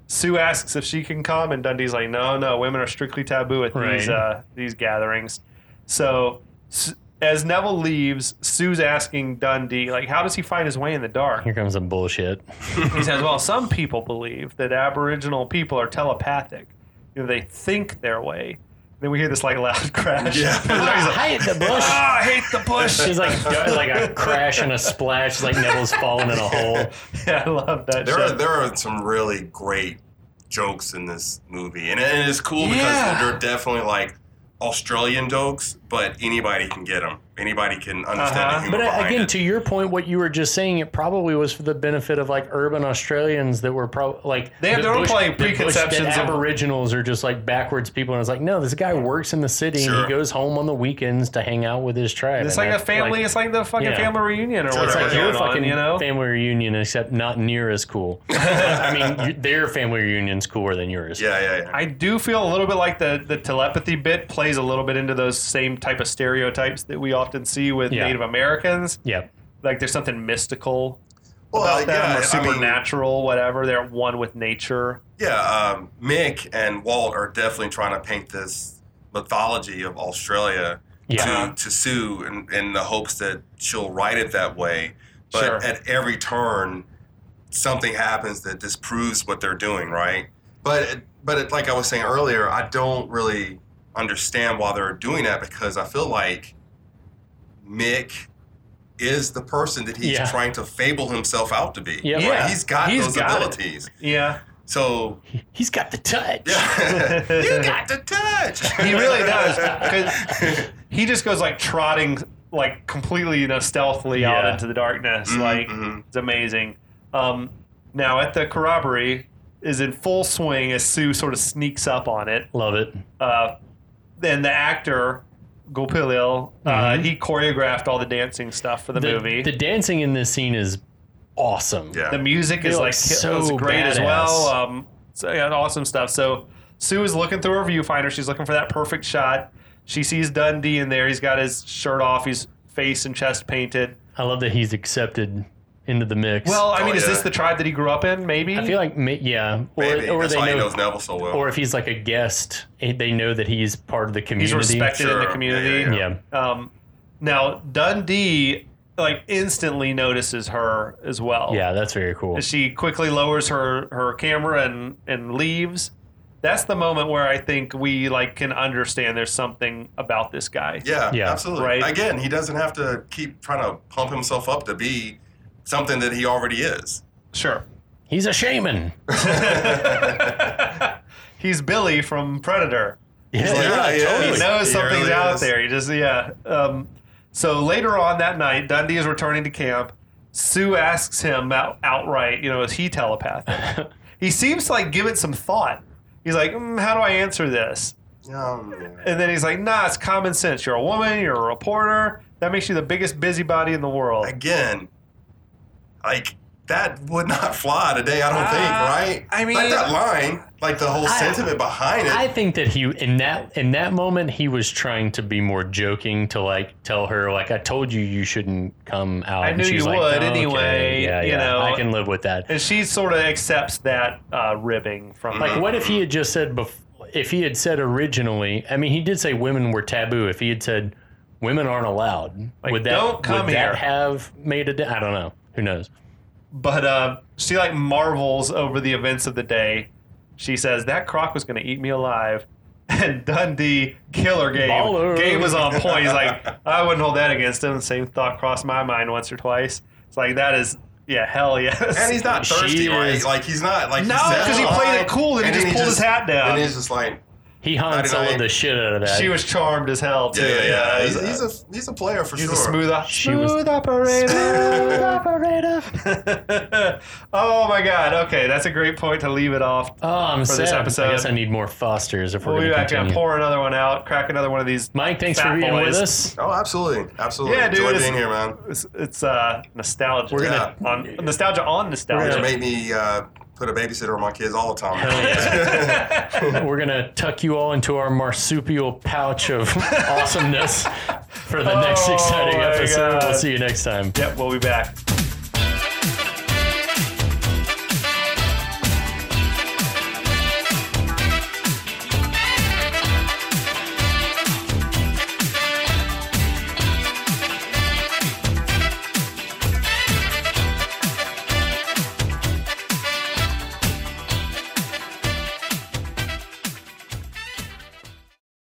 Speaker 2: Sue asks if she can come, and Dundee's like, "No, no, women are strictly taboo at
Speaker 1: Right.
Speaker 2: these uh, these gatherings." So S- as Neville leaves, Sue's asking Dundee, like, "How does he find his way in the dark?"
Speaker 1: Here comes some bullshit.
Speaker 2: He says, "Well, some people believe that Aboriginal people are telepathic; you know, they think their way." Then we hear this like loud crash.
Speaker 3: Yeah.
Speaker 2: He's like,
Speaker 1: hate the bush.
Speaker 2: "Ah, I hate the bush.
Speaker 1: It's like like a crash and a splash. It's like Neville's falling in a hole.
Speaker 2: Yeah, I love that.
Speaker 3: There are
Speaker 2: shit.
Speaker 3: there are some really great jokes in this movie, and, and it's cool
Speaker 2: Yeah.
Speaker 3: because they're definitely like Australian jokes, but anybody can get them. Anybody can understand
Speaker 2: Uh-huh.
Speaker 3: the humor
Speaker 1: But uh,
Speaker 3: behind
Speaker 1: again,
Speaker 3: it.
Speaker 1: to your point, what you were just saying, it probably was for the benefit of like urban Australians that were probably like
Speaker 2: They
Speaker 1: the
Speaker 2: have their own probably
Speaker 1: the bush-
Speaker 2: preconceptions
Speaker 1: That
Speaker 2: of-
Speaker 1: aboriginals are just like backwards people, and it's like, no, this guy works in the city and
Speaker 3: Sure.
Speaker 1: he goes home on the weekends to hang out with his tribe.
Speaker 2: It's
Speaker 1: and
Speaker 2: like a
Speaker 1: that's,
Speaker 2: family.
Speaker 1: like-
Speaker 2: it's like the fucking
Speaker 1: Yeah.
Speaker 2: family reunion or
Speaker 3: It's
Speaker 2: whatever.
Speaker 1: it's like your
Speaker 2: going on,
Speaker 1: fucking
Speaker 2: you know.
Speaker 1: family reunion, except not near as cool. I mean, you, their family reunion's cooler than yours.
Speaker 3: yeah, yeah, yeah.
Speaker 2: I do feel a little bit like the the telepathy bit plays a little bit into those same type of stereotypes that we often see with
Speaker 1: Yeah.
Speaker 2: Native Americans.
Speaker 1: Yeah.
Speaker 2: Like there's something mystical
Speaker 3: Well,
Speaker 2: about them
Speaker 3: yeah,
Speaker 2: or
Speaker 3: I mean-
Speaker 2: supernatural, whatever. They're at one with nature.
Speaker 3: Yeah, um, Mick and Walt are definitely trying to paint this mythology of Australia
Speaker 2: Uh-huh.
Speaker 1: Yeah.
Speaker 3: to, to Sue in, in the hopes that she'll write it that way. But
Speaker 2: Sure.
Speaker 3: at every turn, something happens that disproves what they're doing, right? But it, but it, like I was saying earlier, I don't really understand why they're doing that because I feel like Mick is the person that he's
Speaker 1: Yeah.
Speaker 3: trying to fable himself out to be.
Speaker 1: Yeah.
Speaker 3: right?
Speaker 2: Yeah.
Speaker 3: he's got
Speaker 2: He's
Speaker 3: those
Speaker 2: got it.
Speaker 3: abilities.
Speaker 2: Yeah,
Speaker 3: So
Speaker 1: He's got the touch.
Speaker 3: yeah. you got the touch.
Speaker 2: he really does. 'Cause he just goes like trotting, like completely, you know, stealthily out
Speaker 1: Yeah.
Speaker 2: into the darkness,
Speaker 3: Mhm,
Speaker 2: like.
Speaker 3: mhm.
Speaker 2: It's amazing. Um, now at the corroboree is in full swing as Sue sort of sneaks up on it.
Speaker 1: Love it.
Speaker 2: Uh, then the actor Gopilil, uh,
Speaker 1: Mhm.
Speaker 2: he choreographed all the dancing stuff for the, movie.
Speaker 1: The
Speaker 2: The,
Speaker 1: dancing in this scene is awesome.
Speaker 3: yeah.
Speaker 2: music
Speaker 1: It
Speaker 2: is like
Speaker 1: looks so
Speaker 2: is great as
Speaker 1: badass.
Speaker 2: well. Um, so yeah, awesome stuff. So Sue is looking through her viewfinder. She's looking for that perfect shot. She sees Dundee in there. He's got his shirt off. He's face and chest painted.
Speaker 1: I love that he's accepted into the mix.
Speaker 2: Well, I
Speaker 3: Oh,
Speaker 2: mean, is
Speaker 3: yeah.
Speaker 2: this the tribe that he grew up in? Maybe.
Speaker 1: I feel like ma- yeah, or,
Speaker 3: Maybe.
Speaker 1: or
Speaker 3: That's
Speaker 1: they
Speaker 3: why he
Speaker 1: know,
Speaker 3: knows Neville so well.
Speaker 1: or if he's like a guest, eh, they know that he's part of the
Speaker 2: he's
Speaker 1: community.
Speaker 2: respected in
Speaker 3: Sure.
Speaker 2: the community.
Speaker 3: Yeah, yeah,
Speaker 1: Yeah,
Speaker 2: Um, now Dundee like instantly notices her as well.
Speaker 1: yeah, that's very cool.
Speaker 2: She quickly lowers her her camera and and leaves. That's the moment where I think we like can understand there's something about this guy.
Speaker 3: yeah,
Speaker 1: Yeah,
Speaker 3: absolutely.
Speaker 2: right.
Speaker 3: Again, he doesn't have to keep trying to pump himself up to be something that he already is.
Speaker 2: Sure.
Speaker 1: He's a shaman.
Speaker 2: He's Billy from Predator.
Speaker 1: Yeah,
Speaker 3: like, yeah, he
Speaker 2: He
Speaker 3: Really?
Speaker 2: knows
Speaker 3: He
Speaker 2: something's
Speaker 3: really
Speaker 2: out
Speaker 3: is.
Speaker 2: there. He just yeah. Um, so later on that night, Dundee is returning to camp. Sue asks him out, outright, you know, is he telepathic? he seems to like give it some thought. He's like, mm, how do I answer this?
Speaker 3: Um, yeah.
Speaker 2: And then he's like, nah, it's common sense. You're a woman. You're a reporter. That makes you the biggest busybody in the world.
Speaker 3: Again, like that would not fly today. I don't
Speaker 2: Uh,
Speaker 3: think, right?
Speaker 2: I mean-
Speaker 3: like that line, like the whole
Speaker 1: I-
Speaker 3: sentiment behind it.
Speaker 1: I think that he in that in that moment he was trying to be more joking to like tell her like I told you you shouldn't come out.
Speaker 2: I
Speaker 1: And
Speaker 2: knew
Speaker 1: she's
Speaker 2: you
Speaker 1: like,
Speaker 2: would
Speaker 1: "Oh, okay,
Speaker 2: anyway,
Speaker 1: Yeah,
Speaker 2: you
Speaker 1: yeah,
Speaker 2: know."
Speaker 1: I can live with that.
Speaker 2: And she sort of accepts that uh, ribbing from
Speaker 1: Like, what if he had just said bef- if he had said originally? I mean, he did say women were taboo. If he had said women aren't allowed,
Speaker 2: Like,
Speaker 1: would that
Speaker 2: "Don't come
Speaker 1: would
Speaker 2: here."
Speaker 1: that have made a? Di- I don't know. Who knows?
Speaker 2: But uh, she like marvels over the events of the day. She says that croc was going to eat me alive. And Dundee killer game.
Speaker 1: Baller.
Speaker 2: Game was on point. He's like, I wouldn't hold that against him. Same thought crossed my mind once or twice. It's like that is, yeah, hell yes.
Speaker 3: and he's not
Speaker 1: She
Speaker 3: thirsty, right?
Speaker 1: is-
Speaker 3: Like he's not like
Speaker 2: no,
Speaker 3: he said
Speaker 2: because he
Speaker 3: the
Speaker 2: played
Speaker 3: line,
Speaker 2: it cool and, he just
Speaker 3: then
Speaker 2: pulled his hat down.
Speaker 3: And he's just like,
Speaker 1: He Han Solo'd
Speaker 3: 99.
Speaker 1: the shit out of that.
Speaker 2: She was charmed as hell too.
Speaker 3: Yeah, yeah, yeah.
Speaker 2: He's,
Speaker 3: He's, he's a he's a player for
Speaker 2: he's
Speaker 3: sure.
Speaker 2: a smooth, o-
Speaker 1: She was-
Speaker 2: smooth operator.
Speaker 1: operator.
Speaker 2: oh my god. Okay, that's a great point to leave it off.
Speaker 1: Oh, I'm
Speaker 2: For
Speaker 1: sad.
Speaker 2: this
Speaker 1: I
Speaker 2: episode.
Speaker 1: guess I need more Fosters if we're
Speaker 2: We'll be
Speaker 1: going to
Speaker 2: back and
Speaker 1: continue.
Speaker 2: pour another one out. Crack another one of these.
Speaker 1: Mike, thanks
Speaker 2: Fat
Speaker 1: for being
Speaker 2: boys.
Speaker 1: with us.
Speaker 3: Oh, absolutely, absolutely.
Speaker 2: Yeah, dude,
Speaker 3: Enjoy
Speaker 2: it's-
Speaker 3: being here, man.
Speaker 2: It's, it's uh, nostalgia.
Speaker 1: We're
Speaker 3: gonna-
Speaker 2: on, nostalgia on
Speaker 1: We're
Speaker 3: It
Speaker 1: gonna
Speaker 2: nostalgia.
Speaker 3: made me uh, put a babysitter on my kids all the time.
Speaker 1: We're gonna tuck you all into our marsupial pouch of awesomeness for the next
Speaker 2: Oh,
Speaker 1: exciting
Speaker 2: my
Speaker 1: episode. We'll
Speaker 2: God.
Speaker 1: see you next time.
Speaker 2: Yep, we'll be back.